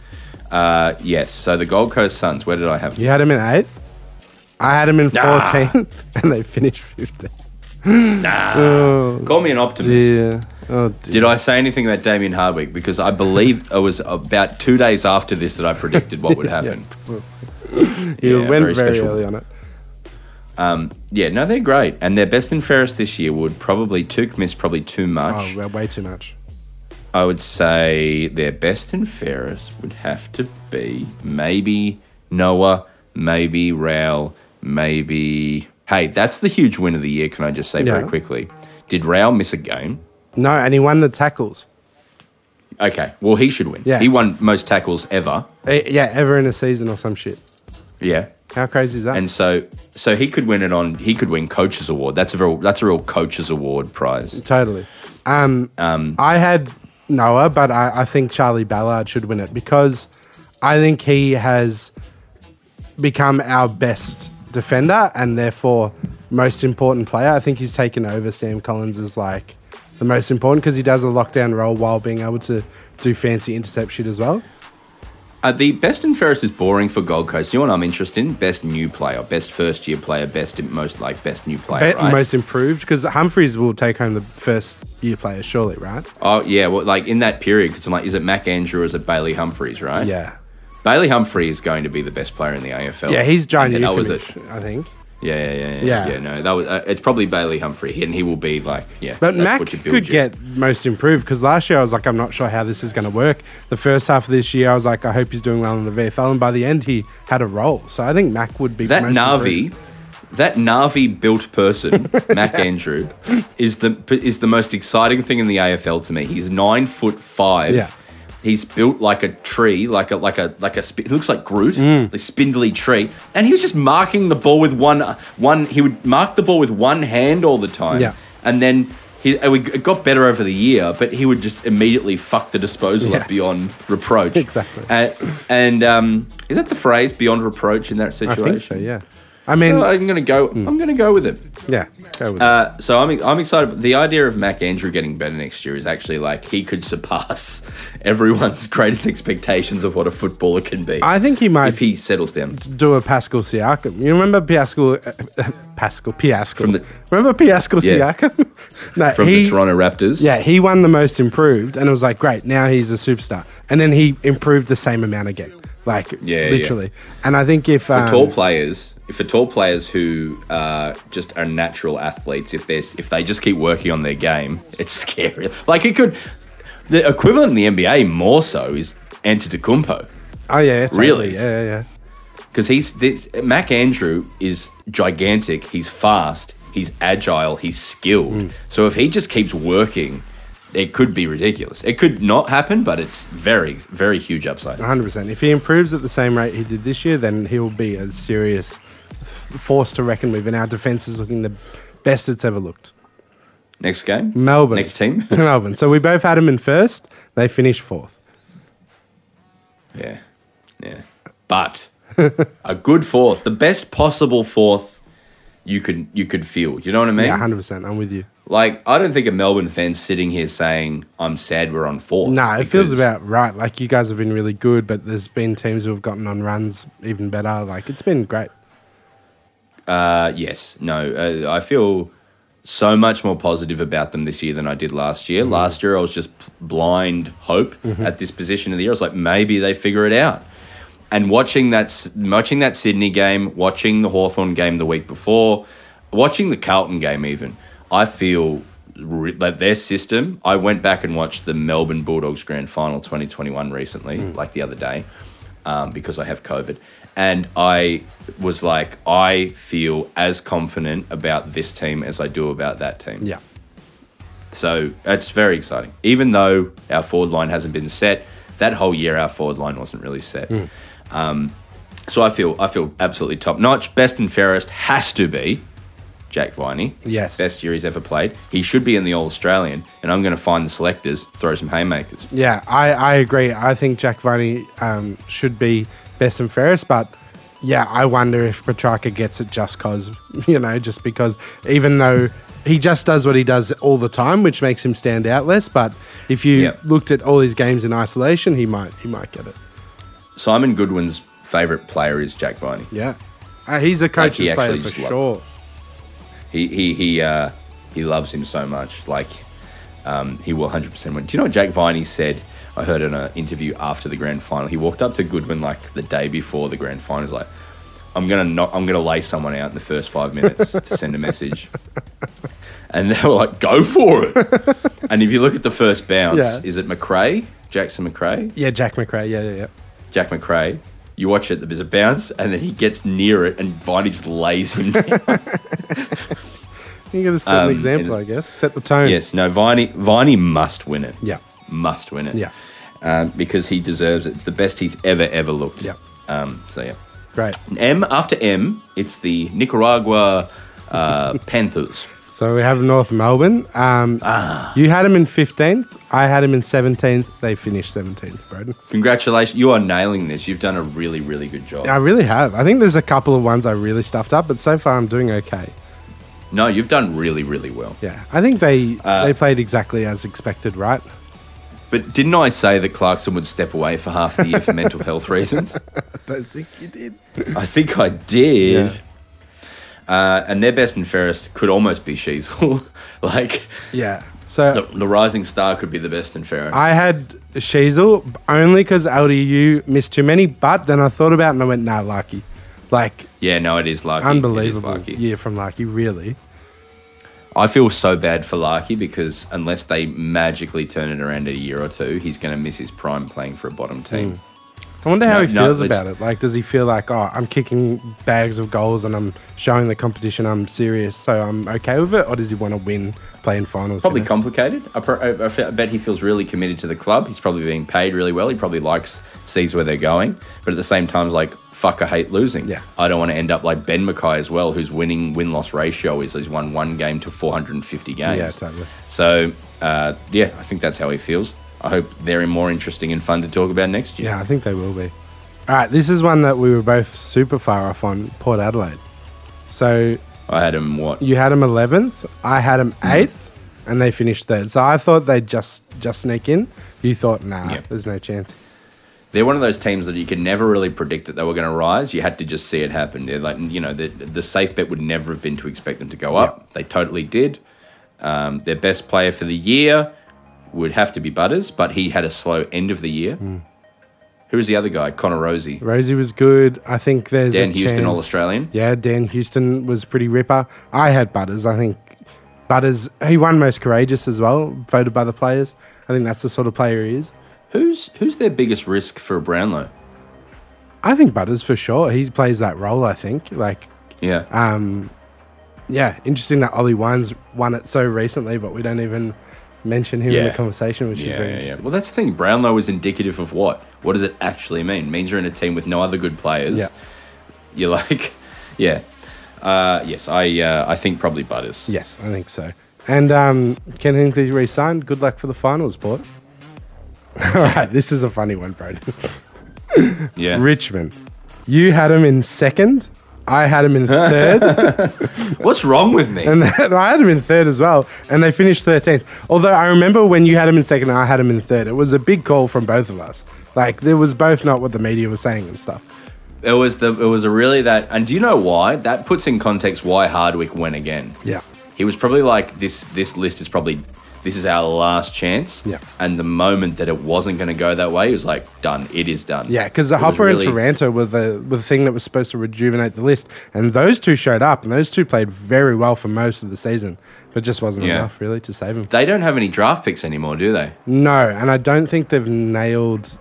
[SPEAKER 2] Uh, yes. So the Gold Coast Suns. Where did I have?
[SPEAKER 3] You had him in eighth. I had him in
[SPEAKER 2] Nah.
[SPEAKER 3] 14th, and they finished 15th.
[SPEAKER 2] Call me an optimist.
[SPEAKER 3] Uh, Yeah. Oh, dear.
[SPEAKER 2] Did I say anything about Damien Hardwick? Because I believe it was about two days after this that I predicted what would happen.
[SPEAKER 3] you
[SPEAKER 2] yeah,
[SPEAKER 3] went
[SPEAKER 2] very
[SPEAKER 3] very,
[SPEAKER 2] special.
[SPEAKER 3] early on it.
[SPEAKER 2] Yeah, no, they're great, and their best and fairest this year would probably Took miss probably too
[SPEAKER 3] Oh,
[SPEAKER 2] much.
[SPEAKER 3] well, way too much.
[SPEAKER 2] I would say their best and fairest would have to be maybe Noah, maybe Rao, maybe. Hey, that's the huge win of the year. Can I just say very
[SPEAKER 3] Yeah.
[SPEAKER 2] quickly? Did Rao miss a game?
[SPEAKER 3] No, and he won the tackles.
[SPEAKER 2] Okay, well he should win.
[SPEAKER 3] Yeah.
[SPEAKER 2] he won most tackles ever.
[SPEAKER 3] Eh, yeah, ever in a season or some shit.
[SPEAKER 2] Yeah,
[SPEAKER 3] How crazy is that?
[SPEAKER 2] and so so he could win it on. He could win coaches award. That's a real that's a real coaches award prize.
[SPEAKER 3] totally. Um, I had Noah, but I, I think Charlie Ballard should win it because I think he has become our best defender and therefore most important player. I think he's taken over Sam Collins as like the most important because he does a lockdown role while being able to do fancy intercept shit as well.
[SPEAKER 2] Uh, the best and fairest is boring for Gold Coast. You know what I'm interested in? Best new player, best first year player, best most like best new player.
[SPEAKER 3] Bet
[SPEAKER 2] right?
[SPEAKER 3] most improved because Humphreys will take home the first year player, surely, right?
[SPEAKER 2] oh yeah, well like in that period because I'm like, is it Mac Andrew or is it Bailey Humphreys? Right?
[SPEAKER 3] Yeah.
[SPEAKER 2] Bailey Humphrey is going to be the best player in the AFL.
[SPEAKER 3] Yeah, he's John
[SPEAKER 2] Oh. And then that was it.
[SPEAKER 3] Yukovich, I think.
[SPEAKER 2] Yeah, yeah, yeah, yeah,
[SPEAKER 3] Yeah.
[SPEAKER 2] yeah. no, that was uh, it's probably Bailey Humphrey, and he will be like yeah.
[SPEAKER 3] But
[SPEAKER 2] that's
[SPEAKER 3] Mac
[SPEAKER 2] what you build
[SPEAKER 3] could
[SPEAKER 2] your-
[SPEAKER 3] get most improved because last year I was like, I'm not sure how this is going to work. The first half of this year, I was like, I hope he's doing well in the VFL. And by the end, he had a role. So I think Mac would be
[SPEAKER 2] That
[SPEAKER 3] most
[SPEAKER 2] Navi,
[SPEAKER 3] improved.
[SPEAKER 2] that Navi built person, Mac Andrew, is the is the most exciting thing in the AFL to me. He's nine foot five.
[SPEAKER 3] Yeah.
[SPEAKER 2] He's built like a tree, like a like a like a. sp- He looks like Groot,
[SPEAKER 3] Mm.
[SPEAKER 2] the spindly tree, and he was just marking the ball with one one. He would mark the ball with one hand all the time,
[SPEAKER 3] Yeah.
[SPEAKER 2] and then. He, and we- it got better over the year, but he would just immediately fuck the disposal
[SPEAKER 3] Yeah.
[SPEAKER 2] up beyond reproach.
[SPEAKER 3] Exactly.
[SPEAKER 2] Uh, and um, is that the phrase "beyond reproach" in that
[SPEAKER 3] I
[SPEAKER 2] situation?
[SPEAKER 3] think so, yeah. Hmm. I mean,
[SPEAKER 2] Well, I'm gonna go. I'm gonna go with it.
[SPEAKER 3] yeah. Go with it.
[SPEAKER 2] Uh, so I'm I'm excited. The idea of Mac Andrew getting better next year is actually like he could surpass everyone's greatest expectations of what a footballer can be
[SPEAKER 3] I think he might
[SPEAKER 2] if he settles down.
[SPEAKER 3] do a Pascal Siakam. You remember Pascal? Uh, Pascal Piascal.
[SPEAKER 2] From the-
[SPEAKER 3] remember Pascal
[SPEAKER 2] Yeah.
[SPEAKER 3] Siakam? no,
[SPEAKER 2] From
[SPEAKER 3] he,
[SPEAKER 2] the Toronto Raptors,
[SPEAKER 3] Yeah, he won the most improved, and it was like, great, now he's a superstar. And then he improved the same amount again, like
[SPEAKER 2] yeah.
[SPEAKER 3] literally. And I think if um,
[SPEAKER 2] for tall players, if for tall players who uh, just are natural athletes, if there's if they just keep working on their game, it's scary. Like it could, the equivalent in the NBA more so is Antetokounmpo
[SPEAKER 3] oh yeah, totally.
[SPEAKER 2] Really?
[SPEAKER 3] yeah, yeah, yeah.
[SPEAKER 2] because he's this Mac Andrew is gigantic. He's fast. He's agile. He's skilled.
[SPEAKER 3] Mm.
[SPEAKER 2] So if he just keeps working. It could be ridiculous. It could not happen, but it's very, very huge upside.
[SPEAKER 3] 100%. If he improves at the same rate he did this year, then he'll be a serious force to reckon with. And our defense is looking the best it's ever looked.
[SPEAKER 2] Next game,
[SPEAKER 3] Melbourne.
[SPEAKER 2] Next team,
[SPEAKER 3] Melbourne. So we both had them in first. They finished fourth.
[SPEAKER 2] Yeah. Yeah. But a good fourth, the best possible fourth you could you could feel. You know what I mean?
[SPEAKER 3] Yeah, 100%. I'm with you.
[SPEAKER 2] Like I don't think a Melbourne fan sitting here saying I'm sad we're on fourth.
[SPEAKER 3] No, it feels
[SPEAKER 2] because-
[SPEAKER 3] about right. Like you guys have been really good, but there's been teams who have gotten on runs even better. Like it's been great.
[SPEAKER 2] uh, yes. No, uh, I feel so much more positive about them this year than I did last year. Last year I was just p- blind hope at this position of the year. I was like maybe they figure it out. and watching that S- watching that Sydney game, watching the Hawthorn game the week before, watching the Carlton game even, I feel re- like their system. I went back and watched the Melbourne Bulldogs Grand Final 2021 recently, like the other day, um, because I have COVID, and I was like, I feel as confident about this team as I do about that team.
[SPEAKER 3] Yeah.
[SPEAKER 2] So that's very exciting. Even though our forward line hasn't been set, that whole year our forward line wasn't really set. Um, so I feel I feel absolutely top notch. Best and fairest has to be Jack Viney.
[SPEAKER 3] Yes.
[SPEAKER 2] Best year he's ever played. He should be in the All Australian, and I'm going to find the selectors, throw some haymakers.
[SPEAKER 3] Yeah, I, I agree. I think Jack Viney um, should be best and fairest, but yeah, I wonder if Petrarca gets it just because, you know, just because even though he just does what he does all the time, which makes him stand out less, but if you
[SPEAKER 2] Yep.
[SPEAKER 3] looked at all his games in isolation, he might he might get it.
[SPEAKER 2] Simon Goodwin's favorite player is Jack Viney.
[SPEAKER 3] Yeah. Uh, he's a
[SPEAKER 2] Like, he
[SPEAKER 3] coach's player
[SPEAKER 2] actually
[SPEAKER 3] for
[SPEAKER 2] just lo-
[SPEAKER 3] sure.
[SPEAKER 2] He he he uh, he loves him so much. Like um, he will 100% win. Do you know what Jack Viney said? I heard in an interview after the grand final. He walked up to Goodwin like the day before the grand final. He's like, "I'm gonna knock, I'm gonna lay someone out in the first five minutes to send a message." And they were like, "Go for it!" and if you look at the first bounce,
[SPEAKER 3] Yeah.
[SPEAKER 2] is it McRae? Jackson McRae?
[SPEAKER 3] Yeah, Jack McRae. Yeah, yeah, yeah.
[SPEAKER 2] Jack McRae. You watch it, there's a bounce, and then he gets near it, and Viney just lays him down.
[SPEAKER 3] You got to set an
[SPEAKER 2] Um,
[SPEAKER 3] example, I guess. Set the tone.
[SPEAKER 2] Yes, no, Viney, Viney must win it.
[SPEAKER 3] Yeah.
[SPEAKER 2] Must win it.
[SPEAKER 3] Yeah.
[SPEAKER 2] Um, because he deserves it. It's the best he's ever, ever looked.
[SPEAKER 3] Yeah.
[SPEAKER 2] Um, so, yeah.
[SPEAKER 3] Great.
[SPEAKER 2] And M, after M, it's the Nicaragua uh, Panthers.
[SPEAKER 3] So we have North Melbourne. Um, You had him in 15th. I had him in 17th. They finished 17th, Broden.
[SPEAKER 2] Congratulations. You are nailing this. You've done a really, really good job.
[SPEAKER 3] I really have. I think there's a couple of ones I really stuffed up, but so far I'm doing okay.
[SPEAKER 2] No, you've done really, really well.
[SPEAKER 3] Yeah. I think they they played exactly as expected, right?
[SPEAKER 2] But didn't I say that Clarkson would step away for half the year for mental health reasons?
[SPEAKER 3] I don't think you did.
[SPEAKER 2] I think I did.
[SPEAKER 3] Yeah.
[SPEAKER 2] Uh, and their best and fairest could almost be Sheasel. like,
[SPEAKER 3] Yeah. So
[SPEAKER 2] the, the rising star could be the best and fairest.
[SPEAKER 3] Uh, I had Sheasel only because LDU missed too many, but then I thought about it and I went, nah, lucky. Like,
[SPEAKER 2] yeah, no, it is Larky.
[SPEAKER 3] unbelievable
[SPEAKER 2] It is Larky.
[SPEAKER 3] year from Lucky, really.
[SPEAKER 2] I feel so bad for Larky because unless they magically turn it around in a year or two, he's going to miss his prime playing for a bottom
[SPEAKER 3] Hmm.
[SPEAKER 2] team.
[SPEAKER 3] I wonder how
[SPEAKER 2] No,
[SPEAKER 3] he
[SPEAKER 2] no,
[SPEAKER 3] feels
[SPEAKER 2] let's-
[SPEAKER 3] about it. Like, does he feel like, oh, I'm kicking bags of goals and I'm showing the competition I'm serious, so I'm okay with it? Or does he want to win playing finals? you
[SPEAKER 2] Probably
[SPEAKER 3] know?
[SPEAKER 2] complicated. I, pro- I- I fe- I bet he feels really committed to the club. He's probably being paid really well. He probably likes, sees where they're going. But at the same time, he's like, fuck, I hate losing.
[SPEAKER 3] Yeah.
[SPEAKER 2] I don't want to end up like Ben Mackay as well, whose winning win loss ratio is he's won one game to 450 games.
[SPEAKER 3] Yeah, totally.
[SPEAKER 2] So, uh, yeah, I think that's how he feels. I hope they're more interesting and fun to talk about next year.
[SPEAKER 3] Yeah, I think they will be. All right, this is one that we were both super far off on Port Adelaide. So
[SPEAKER 2] I had him what?
[SPEAKER 3] you had them 11th, I had them
[SPEAKER 2] Mm-hmm.
[SPEAKER 3] 8th, and they finished third. So I thought they'd just, just sneak in. You thought, nah,
[SPEAKER 2] Yeah.
[SPEAKER 3] there's no chance.
[SPEAKER 2] They're one of those teams that you could never really predict that they were going to rise. You had to just see it happen. They're like, you know, the, the safe bet would never have been to expect them to go up. They totally did. Um, their best player for the year would have to be Butters, but he had a slow end of the year.
[SPEAKER 3] Hmm.
[SPEAKER 2] Who was the other guy? Connor Rosie.
[SPEAKER 3] Rosie was good. I think there's
[SPEAKER 2] Dan
[SPEAKER 3] a
[SPEAKER 2] Houston,
[SPEAKER 3] chance-
[SPEAKER 2] All Australian.
[SPEAKER 3] Yeah, Dan Houston was pretty ripper. I had Butters. I think Butters. He won most courageous as well, voted by the players. I think that's the sort of player he is.
[SPEAKER 2] Who's who's their biggest risk for Brownlow?
[SPEAKER 3] I think Butters for sure. He plays that role. I think. Like,
[SPEAKER 2] Yeah.
[SPEAKER 3] Ah, yeah, interesting that Ollie Wines won it so recently, but we don't even mention him in the
[SPEAKER 2] Yeah.
[SPEAKER 3] conversation, which is
[SPEAKER 2] yeah,
[SPEAKER 3] very
[SPEAKER 2] yeah, yeah.
[SPEAKER 3] interesting.
[SPEAKER 2] Well, that's the thing. Brownlow is indicative of what? What does it actually mean? It means you're in a team with no other good players.
[SPEAKER 3] Yeah.
[SPEAKER 2] You're like, yeah. Uh, yes, I uh, I think probably Butters.
[SPEAKER 3] Yes, I think so. And um, Ken Hinkley's re-signed. Good luck for the finals, Port. All right, this is a funny one, Broden.
[SPEAKER 2] Yeah.
[SPEAKER 3] Richmond. You had him in second. I had him in third.
[SPEAKER 2] What's wrong with me?
[SPEAKER 3] and I had him in third as well. And they finished 13th. Although I remember when you had him in second and I had him in third, it was a big call from both of us. Like, there was both not what the media was saying and stuff.
[SPEAKER 2] It was the it was a really that. And do you know why? That puts in context why Hardwick went again.
[SPEAKER 3] Yeah.
[SPEAKER 2] He was probably like this. This list is probably this is our last chance.
[SPEAKER 3] Yeah.
[SPEAKER 2] And the moment that it wasn't going to go that way, he was like, done. It is done.
[SPEAKER 3] Yeah, because the
[SPEAKER 2] It was
[SPEAKER 3] Hopper
[SPEAKER 2] really-
[SPEAKER 3] and Taranto were the, were the thing that was supposed to rejuvenate the list. And those two showed up, and those two played very well for most of the season, but just wasn't
[SPEAKER 2] Yeah.
[SPEAKER 3] enough, really, to save him.
[SPEAKER 2] They don't have any draft picks anymore, do they?
[SPEAKER 3] No, and I don't think they've nailed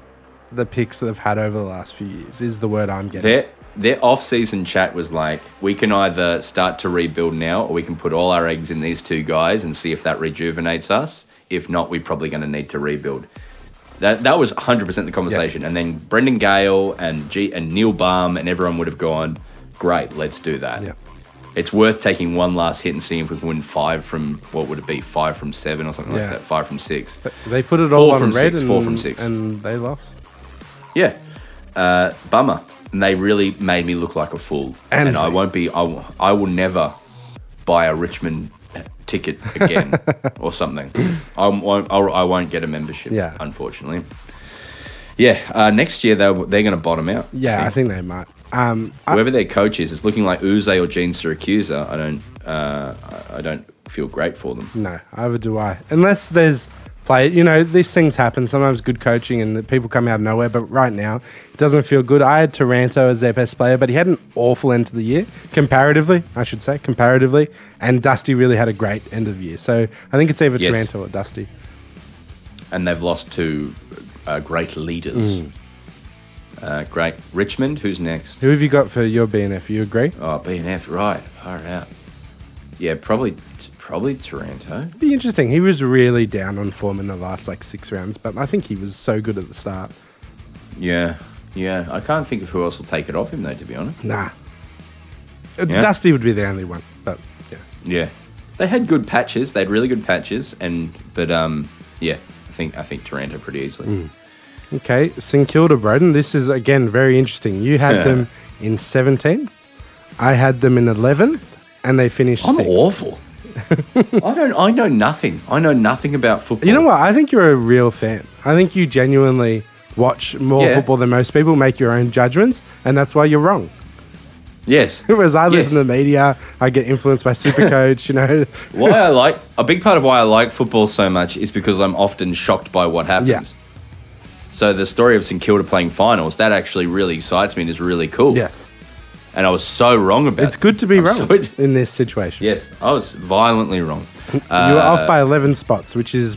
[SPEAKER 3] the picks that they've had over the last few years, is the word I'm getting.
[SPEAKER 2] Their their off season chat was like, we can either start to rebuild now, or we can put all our eggs in these two guys and see if that rejuvenates us. If not, we're probably going to need to rebuild. That that was 100 percent the conversation. And then Brendan Gale and G and Neil Baum and everyone would have gone, great, let's do that.
[SPEAKER 3] Yeah.
[SPEAKER 2] It's worth taking one last hit and seeing if we can win five from what would it be five from seven or something
[SPEAKER 3] Yeah.
[SPEAKER 2] like that, five from six.
[SPEAKER 3] They put it all
[SPEAKER 2] Four
[SPEAKER 3] on
[SPEAKER 2] from
[SPEAKER 3] red
[SPEAKER 2] six,
[SPEAKER 3] and,
[SPEAKER 2] four from six.
[SPEAKER 3] and they lost.
[SPEAKER 2] Yeah. Uh, bummer. And they really made me look like a fool.
[SPEAKER 3] And-
[SPEAKER 2] And, I won't be, I will, I will never buy a Richmond ticket again or something. I won't, I'll- I won't get a membership,
[SPEAKER 3] Yeah.
[SPEAKER 2] unfortunately. Yeah, uh, next year they're, they're going to bottom out. I
[SPEAKER 3] Yeah, I
[SPEAKER 2] think.
[SPEAKER 3] think they might. Um, I-
[SPEAKER 2] Whoever their coach is, it's looking like Uze or Gene Syracuse. I don't, uh, I- I don't feel great for them.
[SPEAKER 3] no, either do I. Unless there's play, you know, these things happen. Sometimes good coaching and the people come out of nowhere. But right now, it doesn't feel good. I had Taranto as their best player, but he had an awful end to the year comparatively. I should say comparatively, and Dusty really had a great end of the year. So I think it's either
[SPEAKER 2] Yes.
[SPEAKER 3] Taranto or Dusty.
[SPEAKER 2] and they've lost to uh, great leaders.
[SPEAKER 3] Mm.
[SPEAKER 2] Uh, great Richmond. Who's next?
[SPEAKER 3] Who have you got for your BNF? You agree?
[SPEAKER 2] Oh, B and F. Right. Far out. Yeah, probably, probably Toronto.
[SPEAKER 3] Be interesting. He was really down on form in the last like six rounds, but I think he was so good at the start.
[SPEAKER 2] Yeah, yeah. I can't think of who else will take it off him though. To be honest.
[SPEAKER 3] Nah. Uh,
[SPEAKER 2] Yeah?
[SPEAKER 3] Dusty would be the only one, but yeah.
[SPEAKER 2] Yeah, they had good patches. They had really good patches, and but um, yeah. I think I think Toronto pretty easily.
[SPEAKER 3] Hmm. Okay, St Kilda, Broden. This is again very interesting. You had
[SPEAKER 2] Yeah.
[SPEAKER 3] them in 17th. I had them in 11th, and they finished.
[SPEAKER 2] I'm
[SPEAKER 3] sixth.
[SPEAKER 2] awful. I don't. I know nothing. I know nothing about football.
[SPEAKER 3] You know what? I think you're a real fan. I think you genuinely watch more
[SPEAKER 2] Yeah.
[SPEAKER 3] football than most people. Make your own judgments, and that's why you're wrong.
[SPEAKER 2] Yes.
[SPEAKER 3] Whereas I
[SPEAKER 2] Yes.
[SPEAKER 3] listen to the media, I get influenced by Supercoach. you know,
[SPEAKER 2] why I like a big part of why I like football so much is because I'm often shocked by what happens.
[SPEAKER 3] Yeah.
[SPEAKER 2] So the story of St Kilda playing finals that actually really excites me and is really cool.
[SPEAKER 3] yes,
[SPEAKER 2] And I was so wrong about.
[SPEAKER 3] it's good to be
[SPEAKER 2] I'm
[SPEAKER 3] wrong
[SPEAKER 2] so-
[SPEAKER 3] in this situation.
[SPEAKER 2] yes, I was violently wrong. Uh,
[SPEAKER 3] You were off by 11 spots, which is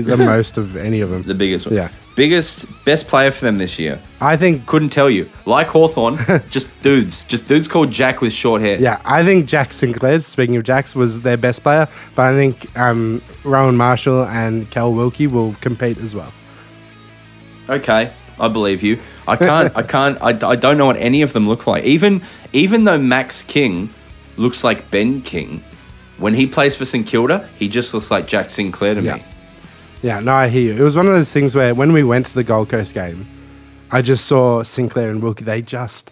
[SPEAKER 3] the most of any of them.
[SPEAKER 2] The biggest one.
[SPEAKER 3] Yeah.
[SPEAKER 2] Biggest best player for them this year.
[SPEAKER 3] I think,
[SPEAKER 2] Couldn't tell you. Like Hawthorn, just dudes. Just dudes called Jack with short hair.
[SPEAKER 3] yeah, I think Jack Sinclair, speaking of Jacks, was their best player, but I think um, Rowan Marshall and Cal Wilkie will compete as well.
[SPEAKER 2] Okay, I believe you. I can't. I can't. I, I don't know what any of them look like. Even even though Max King looks like Ben King, when he plays for St Kilda, he just looks like Jack Sinclair to
[SPEAKER 3] Yeah.
[SPEAKER 2] me.
[SPEAKER 3] Yeah, no, I hear you. It was one of those things where when we went to the Gold Coast game, I just saw Sinclair and Wilkie, they just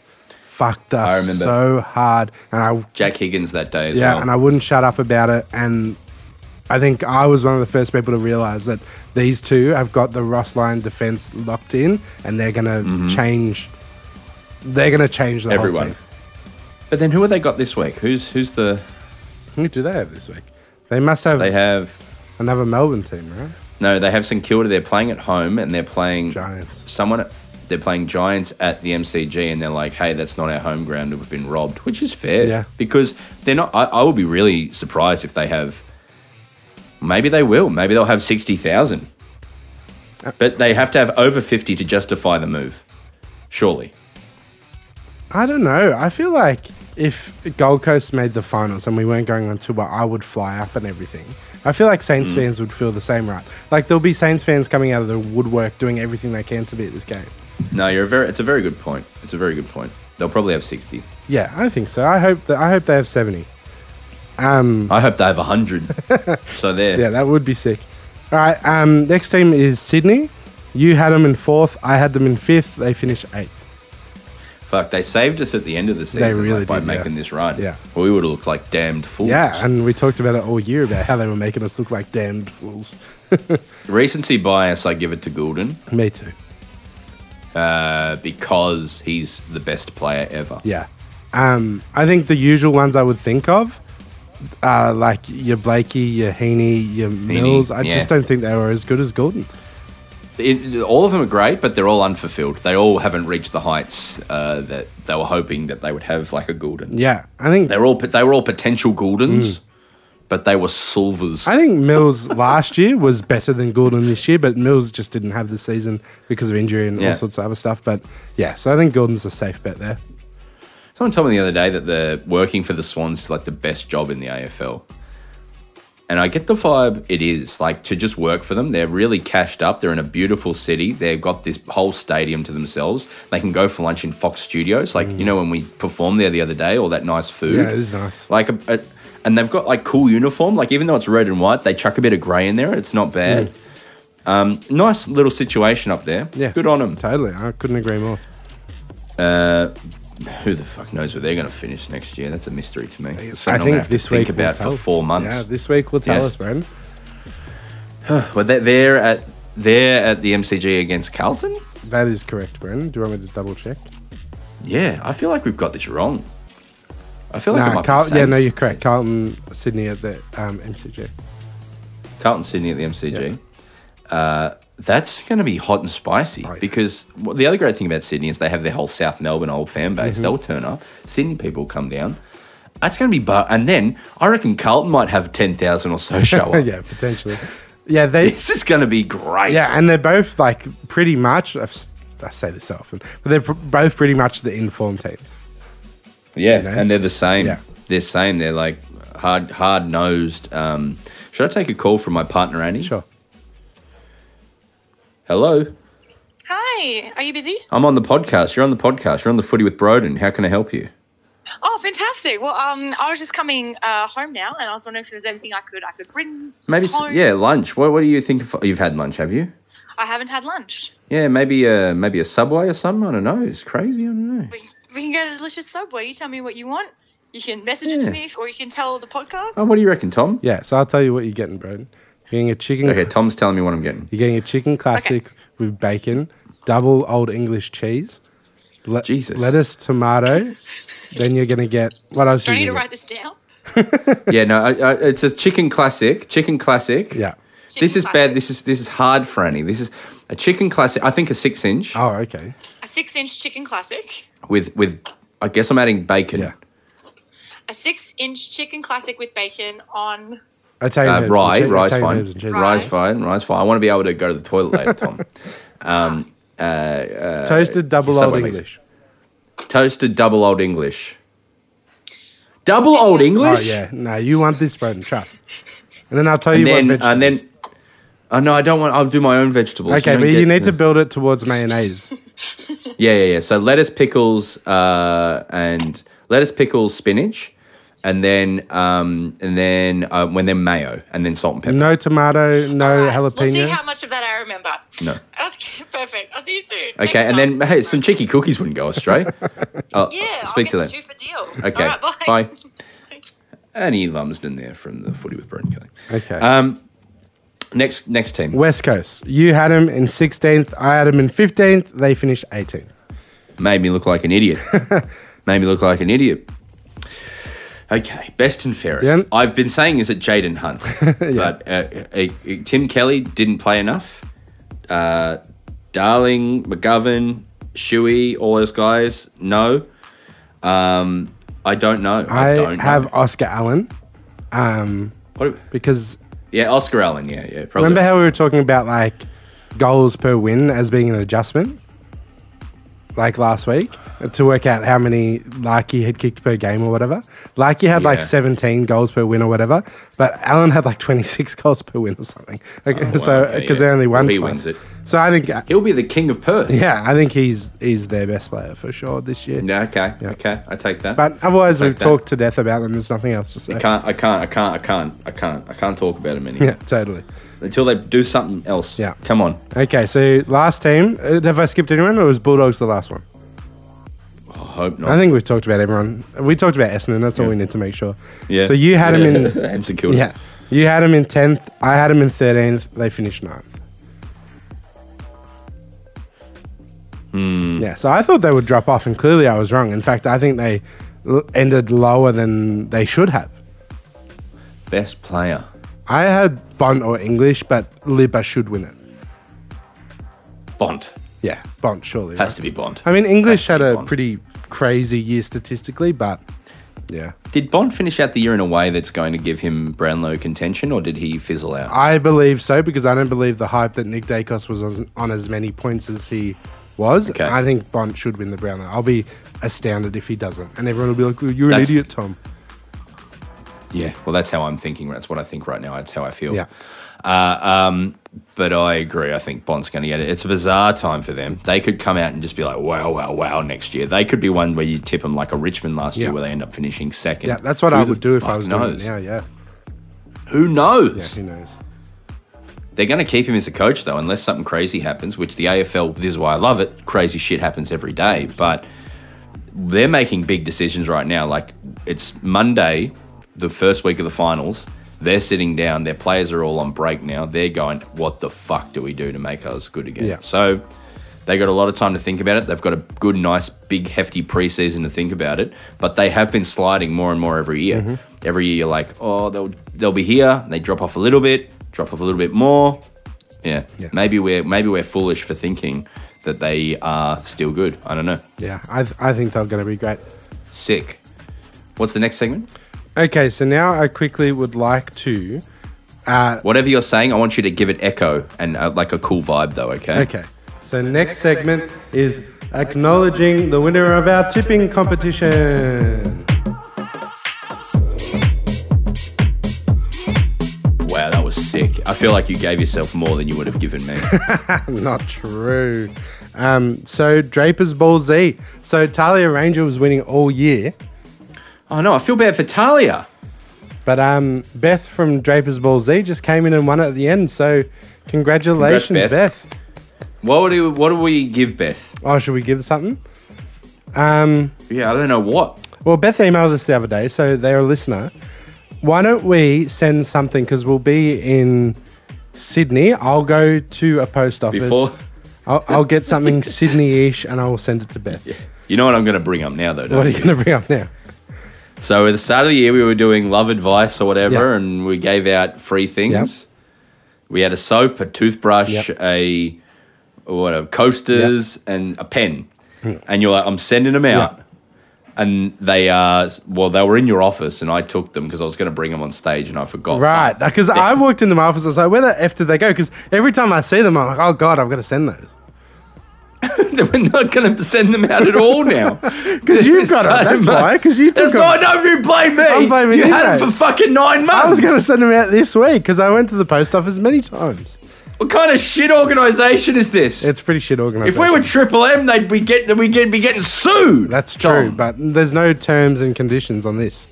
[SPEAKER 3] fucked us
[SPEAKER 2] I remember.
[SPEAKER 3] so hard, and I
[SPEAKER 2] Jack Higgins that day as
[SPEAKER 3] yeah,
[SPEAKER 2] well.
[SPEAKER 3] and I wouldn't shut up about it. And I think I was one of the first people to realize that these two have got the Ross Line defense locked in, and they're gonna change. They're gonna change the
[SPEAKER 2] Mm-hmm. Everyone.
[SPEAKER 3] Whole
[SPEAKER 2] But then who have they got this week? Who's who's the
[SPEAKER 3] team. Who do they have this week? They must have
[SPEAKER 2] they have
[SPEAKER 3] another Melbourne team, right?
[SPEAKER 2] no, they have St Kilda. They're playing at home and they're playing
[SPEAKER 3] Giants.
[SPEAKER 2] Someone they're playing Giants at the MCG and they're like, hey, that's not our home ground. We've been robbed, which is fair.
[SPEAKER 3] Yeah.
[SPEAKER 2] Because they're not. I, I would be really surprised if they have. Maybe they will. Maybe they'll have sixty thousand. But they have to have over fifty to justify the move. Surely.
[SPEAKER 3] I don't know. I feel like if Gold Coast made the finals and we weren't going on tour, I would fly up and everything. I feel like
[SPEAKER 2] Mm.
[SPEAKER 3] Saints fans would feel the same, right? Like there'll be Saints fans coming out of the woodwork doing everything they can to be at this game.
[SPEAKER 2] No, you're a very. It's a very good point. It's a very good point. They'll probably have sixty.
[SPEAKER 3] Yeah, I think so. I hope that I hope they have seventy. Um,
[SPEAKER 2] I hope they have hundred. so there.
[SPEAKER 3] yeah, that would be sick. All right. Um, next team is Sydney. You had them in fourth. I had them in fifth. They finished eighth.
[SPEAKER 2] Fuck, they saved us at the end of the season like,
[SPEAKER 3] really
[SPEAKER 2] by
[SPEAKER 3] did, yeah.
[SPEAKER 2] making this run.
[SPEAKER 3] Yeah.
[SPEAKER 2] Or we would have looked like damned fools.
[SPEAKER 3] Yeah, and we talked about it all year about how they were making us look like damned fools.
[SPEAKER 2] Recency bias, I give it to Goulden
[SPEAKER 3] Me too.
[SPEAKER 2] uh, because he's the best player ever.
[SPEAKER 3] Yeah. Um, I think the usual ones I would think of are like your Blakey, your Heaney, your Mills. I
[SPEAKER 2] yeah.
[SPEAKER 3] just don't think they were as good as Gordon.
[SPEAKER 2] It- all of them are great, but they're all unfulfilled. They all haven't reached the heights uh, that they were hoping that they would have, like a Goulden.
[SPEAKER 3] Yeah, Mm. I think
[SPEAKER 2] They were all they were all potential Gouldens, but they were silvers.
[SPEAKER 3] I think Mills last year was better than Gordon this year, but Mills just didn't have the season because of injury and
[SPEAKER 2] Yeah.
[SPEAKER 3] all sorts of other stuff. But yeah, so I think Gordon's a safe bet there.
[SPEAKER 2] Someone told me the other day that the working for the Swans is like the best job in the AFL. And I get the vibe it is like to just work for them. They're really cashed up. They're in a beautiful city. They've got this whole stadium to themselves. They can go for lunch in Fox Studios. Like, you know, when we performed there the other day, all that nice food.
[SPEAKER 3] Yeah, it is nice.
[SPEAKER 2] Like, a, a, and they've got like cool uniform. Like, even though it's red and white, they chuck a bit of grey in there. It's not bad. Um, nice little situation up there.
[SPEAKER 3] Hmm. Yeah,
[SPEAKER 2] Good on them.
[SPEAKER 3] Totally, I couldn't agree more.
[SPEAKER 2] Who the fuck knows where they're going to finish next year? That's a mystery to me. It's something
[SPEAKER 3] I
[SPEAKER 2] I'm gonna
[SPEAKER 3] think
[SPEAKER 2] have to
[SPEAKER 3] this
[SPEAKER 2] think
[SPEAKER 3] week
[SPEAKER 2] about
[SPEAKER 3] will
[SPEAKER 2] for
[SPEAKER 3] tell.
[SPEAKER 2] four months.
[SPEAKER 3] Yeah, this week will tell
[SPEAKER 2] Yeah.
[SPEAKER 3] us, Brandon.
[SPEAKER 2] Well, they're, they're at they're at the MCG against Carlton.
[SPEAKER 3] That is correct, Brandon. Do you want me to double check?
[SPEAKER 2] Yeah, I feel like we've got this wrong. I feel like it
[SPEAKER 3] No,
[SPEAKER 2] might
[SPEAKER 3] Carl-
[SPEAKER 2] be the
[SPEAKER 3] yeah, no,
[SPEAKER 2] Saints.
[SPEAKER 3] you're correct. Carlton, Sydney at the um, MCG.
[SPEAKER 2] Carlton Sydney at the MCG. Uh, that's going to be hot and spicy
[SPEAKER 3] yeah.
[SPEAKER 2] because well, the other great thing about Sydney is they have their whole South Melbourne old fan base.
[SPEAKER 3] Mm-hmm.
[SPEAKER 2] They'll turn up. Sydney people come down. That's going to be bar- and then I reckon Carlton might have ten thousand or so show up.
[SPEAKER 3] yeah, potentially. Yeah, they.
[SPEAKER 2] This is going to be great.
[SPEAKER 3] Yeah, and they're both like pretty much. I've, s- I say this so often, but they're pr- both pretty much the informed teams.
[SPEAKER 2] Yeah,
[SPEAKER 3] know?
[SPEAKER 2] and they're the same.
[SPEAKER 3] Yeah.
[SPEAKER 2] They're same. They're like hard, hard nosed. Um, should I take a call from my partner Annie?
[SPEAKER 3] Sure.
[SPEAKER 2] Hello,
[SPEAKER 4] Hi, are you busy?
[SPEAKER 2] I'm on the podcast. You're on the podcast. You're on the footy with Broden. How can I help you?
[SPEAKER 4] Oh, fantastic. Well, um, I was just coming uh, home now, and I was wondering if there's anything I could I could bring.
[SPEAKER 2] Maybe s
[SPEAKER 4] home.
[SPEAKER 2] yeah, lunch. What, what do you think? Of, you've had lunch, have you?
[SPEAKER 4] I haven't had lunch.
[SPEAKER 2] Yeah, maybe uh, maybe a subway or something. I don't know. It's crazy. I don't know.
[SPEAKER 4] We, we can get a delicious subway. You tell me what you want. You can message it
[SPEAKER 2] Yeah.
[SPEAKER 4] to me, or you can tell the podcast.
[SPEAKER 2] Oh, what do you reckon, Tom?
[SPEAKER 3] Yeah, so I'll tell you what you're getting, Broden. You're getting a chicken.
[SPEAKER 2] Okay, Tom's telling me what I'm getting.
[SPEAKER 3] You're getting a chicken classic with bacon, double old English cheese, le-
[SPEAKER 2] Jesus.
[SPEAKER 3] lettuce, tomato. then you're gonna get what else?
[SPEAKER 4] Do I
[SPEAKER 3] you
[SPEAKER 4] need to
[SPEAKER 3] gonna
[SPEAKER 4] write this down?
[SPEAKER 2] yeah, no, I, I, it's a chicken classic. Chicken classic.
[SPEAKER 3] get? Yeah.
[SPEAKER 4] Chicken
[SPEAKER 2] This is
[SPEAKER 4] classic.
[SPEAKER 2] bad. This is this is hard, Franny. This is a chicken classic. I think a six inch.
[SPEAKER 3] Oh, okay.
[SPEAKER 4] A six-inch chicken classic.
[SPEAKER 2] with with I guess I'm adding bacon.
[SPEAKER 3] Yeah.
[SPEAKER 4] A six-inch chicken classic with bacon on.
[SPEAKER 3] Italian
[SPEAKER 2] Uh,
[SPEAKER 3] herbs and
[SPEAKER 2] rye,
[SPEAKER 3] cheese-
[SPEAKER 2] rye's
[SPEAKER 3] Italian
[SPEAKER 2] fine.
[SPEAKER 3] herbs and cheese.
[SPEAKER 2] Rye's fine. Rye's fine. I want to be able to go to the toilet later, Tom.
[SPEAKER 3] Toasted double old
[SPEAKER 2] Subway makes-
[SPEAKER 3] English.
[SPEAKER 2] Toasted double old English. Double old
[SPEAKER 3] Oh
[SPEAKER 2] English.
[SPEAKER 3] yeah, no, you want this, Broden. Trust. And then I'll tell
[SPEAKER 2] And
[SPEAKER 3] you
[SPEAKER 2] then
[SPEAKER 3] what. Vegetables.
[SPEAKER 2] and then. Oh no, I don't want. I'll do my own vegetables.
[SPEAKER 3] Okay,
[SPEAKER 2] don't
[SPEAKER 3] but
[SPEAKER 2] get
[SPEAKER 3] you need to build it towards mayonnaise.
[SPEAKER 2] Yeah, yeah, yeah. So lettuce, pickles, uh, and lettuce, pickles, spinach, and then um, and then uh, when then mayo, and then salt and pepper.
[SPEAKER 3] No tomato, no
[SPEAKER 4] All right,
[SPEAKER 3] jalapeno.
[SPEAKER 4] We'll see how much of that I remember.
[SPEAKER 2] No.
[SPEAKER 4] That's perfect. I'll see you soon. Next
[SPEAKER 2] Okay, and then
[SPEAKER 4] time.
[SPEAKER 2] hey, some cheeky cookies wouldn't go astray. I'll
[SPEAKER 4] Yeah, I'll
[SPEAKER 2] speak
[SPEAKER 4] get
[SPEAKER 2] to
[SPEAKER 4] the
[SPEAKER 2] them.
[SPEAKER 4] two for deal.
[SPEAKER 2] Okay,
[SPEAKER 4] All right,
[SPEAKER 2] bye.
[SPEAKER 4] bye.
[SPEAKER 2] Annie Lumsden there from the Footy with Brendan Kelly.
[SPEAKER 3] Okay.
[SPEAKER 2] Um, next next team.
[SPEAKER 3] West Coast. You had them in 16th. I had them in 15th. They finished 18th.
[SPEAKER 2] Made me look like an idiot. Made me look like an idiot. Okay, best and fairest.
[SPEAKER 3] Yeah.
[SPEAKER 2] I've been saying is it Jaden Hunt, but uh, uh, uh, Tim Kelly didn't play enough. Uh, Darling, McGovern, Shuey, all those guys. No, um, I don't know. I,
[SPEAKER 3] I,
[SPEAKER 2] don't
[SPEAKER 3] have
[SPEAKER 2] Know.
[SPEAKER 3] Oscar Allen um,
[SPEAKER 2] What-
[SPEAKER 3] because
[SPEAKER 2] yeah, Oscar Allen. Yeah, yeah. Probably
[SPEAKER 3] remember how we were talking about like goals per win as being an adjustment? Like last week to work out how many Larky had kicked per game or whatever. Larky had like
[SPEAKER 2] Yeah.
[SPEAKER 3] 17 goals per win or whatever, but Allen had like 26 goals per win or something. Okay,
[SPEAKER 2] Oh, wow,
[SPEAKER 3] so,
[SPEAKER 2] okay,
[SPEAKER 3] because
[SPEAKER 2] yeah.
[SPEAKER 3] they only won.
[SPEAKER 2] Well, he
[SPEAKER 3] twice.
[SPEAKER 2] wins it.
[SPEAKER 3] So I think,
[SPEAKER 2] he'll be the king of Perth.
[SPEAKER 3] yeah, I think he's he's their best player for sure this year.
[SPEAKER 2] Yeah. Okay.
[SPEAKER 3] Yeah.
[SPEAKER 2] Okay. I take that.
[SPEAKER 3] But otherwise, we've
[SPEAKER 2] that.
[SPEAKER 3] talked to death about them. There's nothing else to say.
[SPEAKER 2] I can't. I can't. I can't. I can't. I can't. I can't talk about them anymore
[SPEAKER 3] Yeah, totally.
[SPEAKER 2] until they do something else.
[SPEAKER 3] Yeah.
[SPEAKER 2] Come on.
[SPEAKER 3] Okay, so last team. Uh, Have I skipped anyone, or was Bulldogs the last one?
[SPEAKER 2] I hope not.
[SPEAKER 3] I think we've talked about everyone. We talked about Essendon. That's all we need to make sure.
[SPEAKER 2] Yeah.
[SPEAKER 3] So you had him in.
[SPEAKER 2] and secured.
[SPEAKER 3] yeah. You had him in tenth. I had him in thirteenth. They finished ninth.
[SPEAKER 2] Hmm.
[SPEAKER 3] Yeah. So I thought they would drop off, and clearly I was wrong. In fact, I think they l- ended lower than they should have.
[SPEAKER 2] Best player.
[SPEAKER 3] I had Bond or English, but Libba should win it.
[SPEAKER 2] Bond
[SPEAKER 3] Yeah, Bond surely.
[SPEAKER 2] has
[SPEAKER 3] right?
[SPEAKER 2] to be Bond.
[SPEAKER 3] I mean, English
[SPEAKER 2] Has
[SPEAKER 3] had
[SPEAKER 2] to be
[SPEAKER 3] a
[SPEAKER 2] Bond.
[SPEAKER 3] pretty crazy year statistically, but yeah,
[SPEAKER 2] Did Bond finish out the year in a way that's going to give him Brownlow contention, or did he fizzle out?
[SPEAKER 3] I believe so because I don't believe the hype that Nick Dacos was on, on as many points as he was.
[SPEAKER 2] Okay.
[SPEAKER 3] I think Bond should win the Brownlow. I'll be astounded if he doesn't, and everyone will be like, "You're
[SPEAKER 2] That's-
[SPEAKER 3] an idiot, Tom."
[SPEAKER 2] yeah. Well, that's how I'm thinking. That's what I think right now. That's how I feel.
[SPEAKER 3] Yeah.
[SPEAKER 2] Um, But I agree. I think Bond's going to get it. It's a bizarre time for them. They could come out and just be like, wow, wow, wow, next year. They could be one where you tip them like a Richmond last
[SPEAKER 3] Yeah.
[SPEAKER 2] year where they end up finishing second.
[SPEAKER 3] Yeah, that's what
[SPEAKER 2] Who
[SPEAKER 3] I
[SPEAKER 2] the
[SPEAKER 3] would do if I
[SPEAKER 2] fuck
[SPEAKER 3] was
[SPEAKER 2] knows?
[SPEAKER 3] doing it now. Yeah,
[SPEAKER 2] Who
[SPEAKER 3] yeah,
[SPEAKER 2] knows?
[SPEAKER 3] who knows?
[SPEAKER 2] They're going to keep him as a coach, though, unless something crazy happens, which the AFL, this is why I love it. Crazy shit happens every day. But they're making big decisions right now. Like, it's Monday, the first week of the finals. They're sitting down. Their players are all on break now. They're going, what the fuck do we do to make us good again?
[SPEAKER 3] Yeah.
[SPEAKER 2] So they got a lot of time to think about it. They've got a good, nice, big, hefty preseason to think about it. But they have been sliding more and more every year. Every year, you're like, oh, they'll they'll be here. They drop off a little bit, drop off a little bit more. Yeah,
[SPEAKER 3] Yeah.
[SPEAKER 2] maybe we're maybe we're foolish for thinking that they are still good. I don't know.
[SPEAKER 3] Yeah, I, th- I think they're going to be great.
[SPEAKER 2] Sick. What's the next segment?
[SPEAKER 3] Okay, so now I quickly would like to.
[SPEAKER 2] Whatever you're saying, I want you to give it echo and uh, like a cool vibe, though. Okay.
[SPEAKER 3] Okay, so next segment is acknowledging the winner of our tipping competition.
[SPEAKER 2] Wow, that was sick. I feel like you gave yourself more than you would have given me.
[SPEAKER 3] Not true. Um, so Draper's Ball Z. So Talia Ranger was winning all year,
[SPEAKER 2] oh no, I feel bad for Talia.
[SPEAKER 3] but um, Beth from Draper's Ball Z just came in and won at the end. So congratulations,
[SPEAKER 2] Congrats,
[SPEAKER 3] Beth.
[SPEAKER 2] What would you, what do we give Beth?
[SPEAKER 3] Oh, should we give something? Um,
[SPEAKER 2] Yeah, I don't know what.
[SPEAKER 3] well, Beth emailed us the other day, so they're a listener. Why don't we send something? Because we'll be in Sydney. I'll go to a post office.
[SPEAKER 2] Before-
[SPEAKER 3] I'll, I'll get something Sydney-ish, and I will send it to Beth.
[SPEAKER 2] You know what I'm going to bring up now, though.
[SPEAKER 3] What
[SPEAKER 2] Don't
[SPEAKER 3] are
[SPEAKER 2] you?
[SPEAKER 3] you going to bring up now?
[SPEAKER 2] So at the start of the year, we were doing love advice or whatever,
[SPEAKER 3] Yeah.
[SPEAKER 2] and we gave out free things. We had a soap, a toothbrush,
[SPEAKER 3] Yep.
[SPEAKER 2] a what, a coasters, and a pen.
[SPEAKER 3] Hmm.
[SPEAKER 2] And you're like, I'm sending them out. And they uh, well, they were in your office, and I took them because I was going to bring them on stage, and I forgot.
[SPEAKER 3] Right,
[SPEAKER 2] But-
[SPEAKER 3] because I walked into my office. I was like, "Where the f did they go?" Because every time I see them, I'm like, "Oh God, I've got to send those."
[SPEAKER 2] we're not going to send them out at all now. Because
[SPEAKER 3] you've got 'em, that's why, 'cause you
[SPEAKER 2] That's
[SPEAKER 3] took 'em.
[SPEAKER 2] not. No, you blame me.
[SPEAKER 3] I'm blaming
[SPEAKER 2] you.
[SPEAKER 3] you,
[SPEAKER 2] had
[SPEAKER 3] mate.
[SPEAKER 2] them for fucking nine months.
[SPEAKER 3] I was going to send them out this week because I went to the post office many times.
[SPEAKER 2] What kind of shit organization is this?
[SPEAKER 3] It's pretty shit organized.
[SPEAKER 2] if we were Triple M, they'd be get we'd get- be getting sued.
[SPEAKER 3] That's true,
[SPEAKER 2] Tom.
[SPEAKER 3] but there's no terms and conditions on this.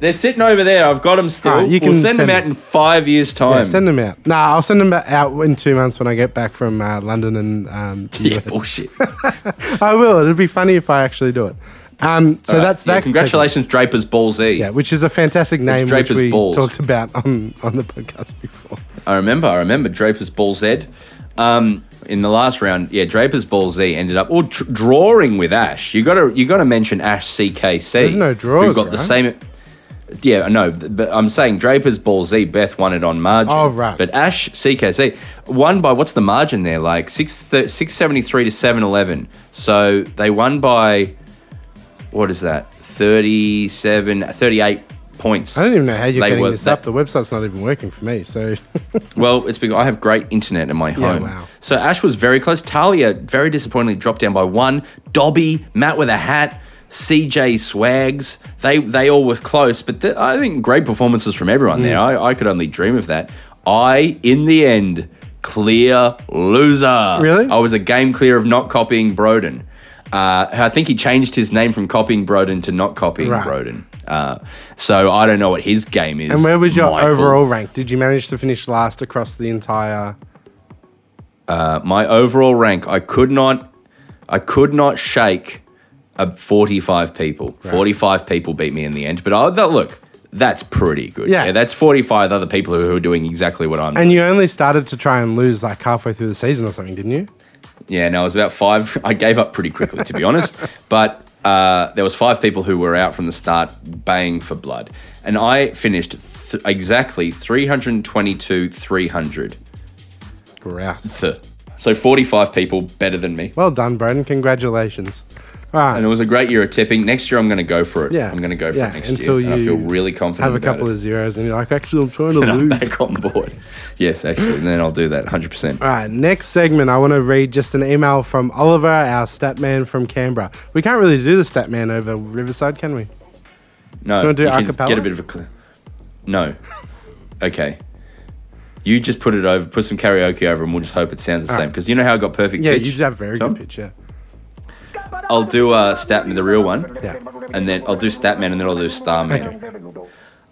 [SPEAKER 2] They're sitting over there. I've got them still.
[SPEAKER 3] Alright, you
[SPEAKER 2] we'll
[SPEAKER 3] can
[SPEAKER 2] send, them
[SPEAKER 3] send
[SPEAKER 2] out
[SPEAKER 3] them.
[SPEAKER 2] in five years' time. Yeah,
[SPEAKER 3] send them out. Nah, I'll send them out in two months when I get back from uh, London and um, the US.
[SPEAKER 2] bullshit.
[SPEAKER 3] I will. It'd be funny if I actually do it. Um, so
[SPEAKER 2] Yeah,
[SPEAKER 3] that's that. segment.
[SPEAKER 2] congratulations, Draper's Ball Z.
[SPEAKER 3] Yeah, which is a fantastic name, which
[SPEAKER 2] Draper's
[SPEAKER 3] we
[SPEAKER 2] balls.
[SPEAKER 3] talked about on, on the podcast before.
[SPEAKER 2] I remember. I remember Draper's Ball Z. Um, in the last round, yeah, Draper's Ball Z ended up or tr- drawing with Ash. You got to you got to mention Ash CKC.
[SPEAKER 3] There's no draws,
[SPEAKER 2] Who got the
[SPEAKER 3] right?
[SPEAKER 2] same? Yeah, I know, but I'm saying Draper's Ball Z. Beth won it on margin.
[SPEAKER 3] Oh, right.
[SPEAKER 2] But Ash CKC won by what's the margin there? Like six six seventy three to seven eleven. So they won by what is that? 37, 38 points.
[SPEAKER 3] I don't even know how you're
[SPEAKER 2] They
[SPEAKER 3] getting
[SPEAKER 2] were-
[SPEAKER 3] this
[SPEAKER 2] that-
[SPEAKER 3] up. The website's not even working for me. So
[SPEAKER 2] Well, it's because I have great internet in my home.
[SPEAKER 3] wow.
[SPEAKER 2] So Ash was very close. Talia very disappointingly dropped down by one. Dobby, Matt with a hat, CJ Swags. They they all were close, but th- I think great performances from everyone there.
[SPEAKER 3] Mm.
[SPEAKER 2] I, I could only dream of that. I, in the end, clear loser.
[SPEAKER 3] Really?
[SPEAKER 2] I was a game clear of not copying Broden. Uh, I think he changed his name from copying Broden to not copying
[SPEAKER 3] Right.
[SPEAKER 2] Broden. Uh, so I don't know what his game is.
[SPEAKER 3] And where was your
[SPEAKER 2] Michael.
[SPEAKER 3] overall rank? Did you manage to finish last across the entire?
[SPEAKER 2] my overall rank i could not i could not shake a 45 people 45 people beat me in the end but I, that look that's pretty good
[SPEAKER 3] Yeah.
[SPEAKER 2] that's 45 other people who are doing exactly what i'm
[SPEAKER 3] And you only started to try and lose like halfway through the season or something, didn't you?
[SPEAKER 2] yeah no it was about five i gave up pretty quickly to be honest but uh, there was five people who were out from the start baying for blood and i finished th- exactly 322 300
[SPEAKER 3] Grouse.
[SPEAKER 2] so 45 people better than me
[SPEAKER 3] Well done, Broden. Congratulations. All right.
[SPEAKER 2] And it was a great year of tipping. Next year, I'm going to go for it.
[SPEAKER 3] Yeah.
[SPEAKER 2] I'm going to go for
[SPEAKER 3] Yeah,
[SPEAKER 2] it next
[SPEAKER 3] until
[SPEAKER 2] year. And I
[SPEAKER 3] you
[SPEAKER 2] feel really confident.
[SPEAKER 3] Have a couple of zeros, and you're like, actually, I'm trying to
[SPEAKER 2] I'm
[SPEAKER 3] lose.
[SPEAKER 2] back on board. yes, actually, and then I'll do that 100. percent
[SPEAKER 3] All right, next segment, I want to read just an email from Oliver, our stat man from Canberra. We can't really do the stat man over Riverside, can we?
[SPEAKER 2] No,
[SPEAKER 3] you wanna do
[SPEAKER 2] can
[SPEAKER 3] a cappella?
[SPEAKER 2] get a bit of a. Cl- no, okay. You just put it over, put some karaoke over, and we'll just hope it sounds the same. Because you know how I got perfect
[SPEAKER 3] Yeah,
[SPEAKER 2] pitch.
[SPEAKER 3] you just have very
[SPEAKER 2] Tom?
[SPEAKER 3] good pitch, yeah.
[SPEAKER 2] I'll do uh, Statman, the real one,
[SPEAKER 3] Yeah.
[SPEAKER 2] and then I'll do Statman, and then I'll do Starman.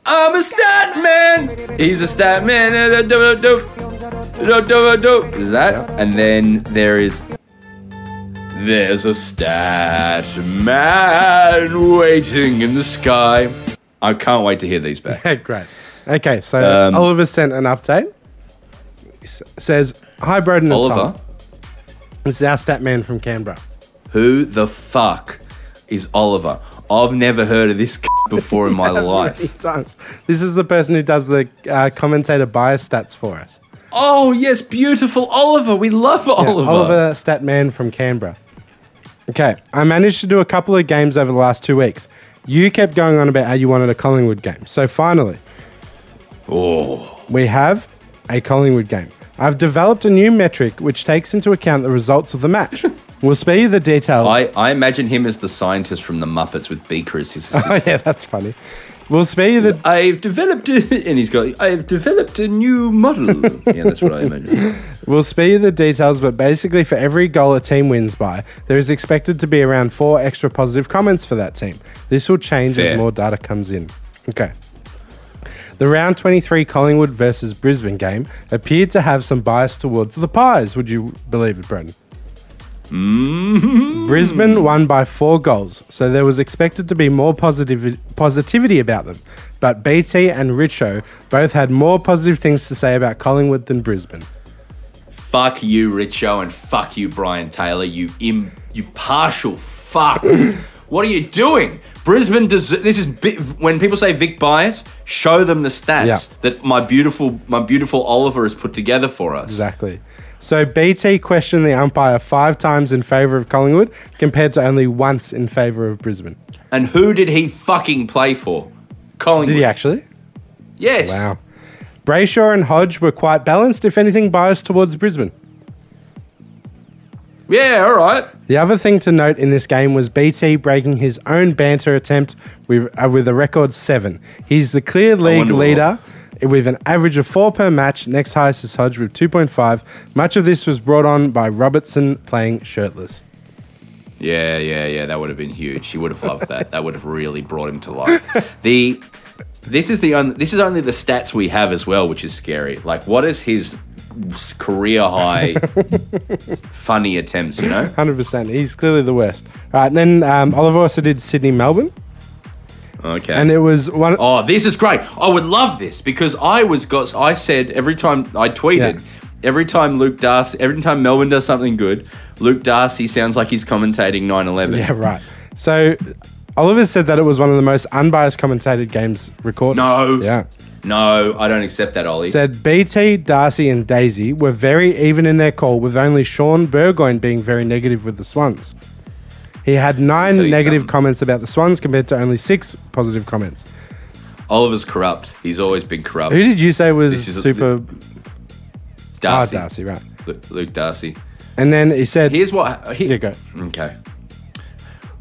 [SPEAKER 2] I'm a Statman. He's a Statman. Is that? And then there is. There's a stat man waiting in the sky. I can't wait to hear these back.
[SPEAKER 3] Okay, great. Okay, so
[SPEAKER 2] Um,
[SPEAKER 3] Oliver sent an update. S- says, Hi, Broden and
[SPEAKER 2] Oliver,
[SPEAKER 3] Tom. This is our stat man from Canberra.
[SPEAKER 2] who the fuck is Oliver? I've never heard of this before in my
[SPEAKER 3] He
[SPEAKER 2] life.
[SPEAKER 3] does. This is the person who does the uh, commentator bias stats for us.
[SPEAKER 2] Oh, yes, beautiful Oliver. We love
[SPEAKER 3] Yeah,
[SPEAKER 2] Oliver.
[SPEAKER 3] Oliver Statman from Canberra. Okay, I managed to do a couple of games over the last two weeks. You kept going on about how you wanted a Collingwood game. So finally,
[SPEAKER 2] Oh,
[SPEAKER 3] we have a Collingwood game. I've developed a new metric which takes into account the results of the match. we'll spare you the details.
[SPEAKER 2] I, I imagine him as the scientist from the Muppets with Beaker as his assistant.
[SPEAKER 3] oh, yeah, that's funny. We'll spare you the
[SPEAKER 2] I've developed, a, and he's got. I've developed a new model. yeah, that's what I imagine.
[SPEAKER 3] We'll spare you the details, but basically, for every goal a team wins by, there is expected to be around four extra positive comments for that team. This will change
[SPEAKER 2] Fair.
[SPEAKER 3] as more data comes in. Okay. The round 23 Collingwood versus Brisbane game appeared to have some bias towards the Pies, would you believe it, Brendan? Brisbane won by four goals, so there was expected to be more positiv- positivity about them. But BT and Richo both had more positive things to say about Collingwood than Brisbane.
[SPEAKER 2] Fuck you, Richo, and fuck you, Brian Taylor. You im, you partial fucks. what are you doing? Brisbane deserve. This is bi- when people say Vic Bias. Show them the stats
[SPEAKER 3] Yeah.
[SPEAKER 2] that my beautiful, my beautiful Oliver has put together for us.
[SPEAKER 3] Exactly. So BT questioned the umpire five times in favour of Collingwood compared to only once in favour of Brisbane.
[SPEAKER 2] And who did he fucking play for? Collingwood.
[SPEAKER 3] Did he actually?
[SPEAKER 2] Yes.
[SPEAKER 3] Wow. Brayshaw and Hodge were quite balanced, if anything, biased towards Brisbane.
[SPEAKER 2] Yeah. All right.
[SPEAKER 3] The other thing to note in this game was BT breaking his own banter attempt with, uh, with a record seven. He's the clear league
[SPEAKER 2] wonder why.
[SPEAKER 3] leader with an average of four per match. Next highest is Hodge with 2.5. Much of this was brought on by Robertson playing shirtless.
[SPEAKER 2] Yeah, yeah, yeah. That would have been huge. He would have loved that. That would have really brought him to life. The this is the only this is only the stats we have as well, which is scary. Like, what is his career high funny attempts? You know,
[SPEAKER 3] 100%. He's clearly the worst. All right, and then um, Oliver also did Sydney Melbourne,
[SPEAKER 2] okay.
[SPEAKER 3] and it was one.
[SPEAKER 2] Oh, this is great. I would love this because I was got I said every time I tweeted, every time Luke Darcy every time Melbourne does something good, Luke Darcy sounds like he's commentating 9-11.
[SPEAKER 3] Yeah, right. So Oliver said that it was one of the most unbiased commentated games recorded.
[SPEAKER 2] No.
[SPEAKER 3] Yeah.
[SPEAKER 2] No, I don't accept that, Ollie.
[SPEAKER 3] Said BT, Darcy, and Daisy were very even in their call, with only Sean Burgoyne being very negative with the Swans. He had nine
[SPEAKER 2] tell you
[SPEAKER 3] negative
[SPEAKER 2] something.
[SPEAKER 3] comments about the Swans compared to only six positive comments.
[SPEAKER 2] Oliver's corrupt. He's always been corrupt.
[SPEAKER 3] Who did you say was
[SPEAKER 2] This is a-
[SPEAKER 3] super? Ah,
[SPEAKER 2] Darcy.
[SPEAKER 3] Darcy, right.
[SPEAKER 2] Lu- Luke Darcy.
[SPEAKER 3] And then he said,
[SPEAKER 2] Here's what he,
[SPEAKER 3] "Here you go."
[SPEAKER 2] Okay.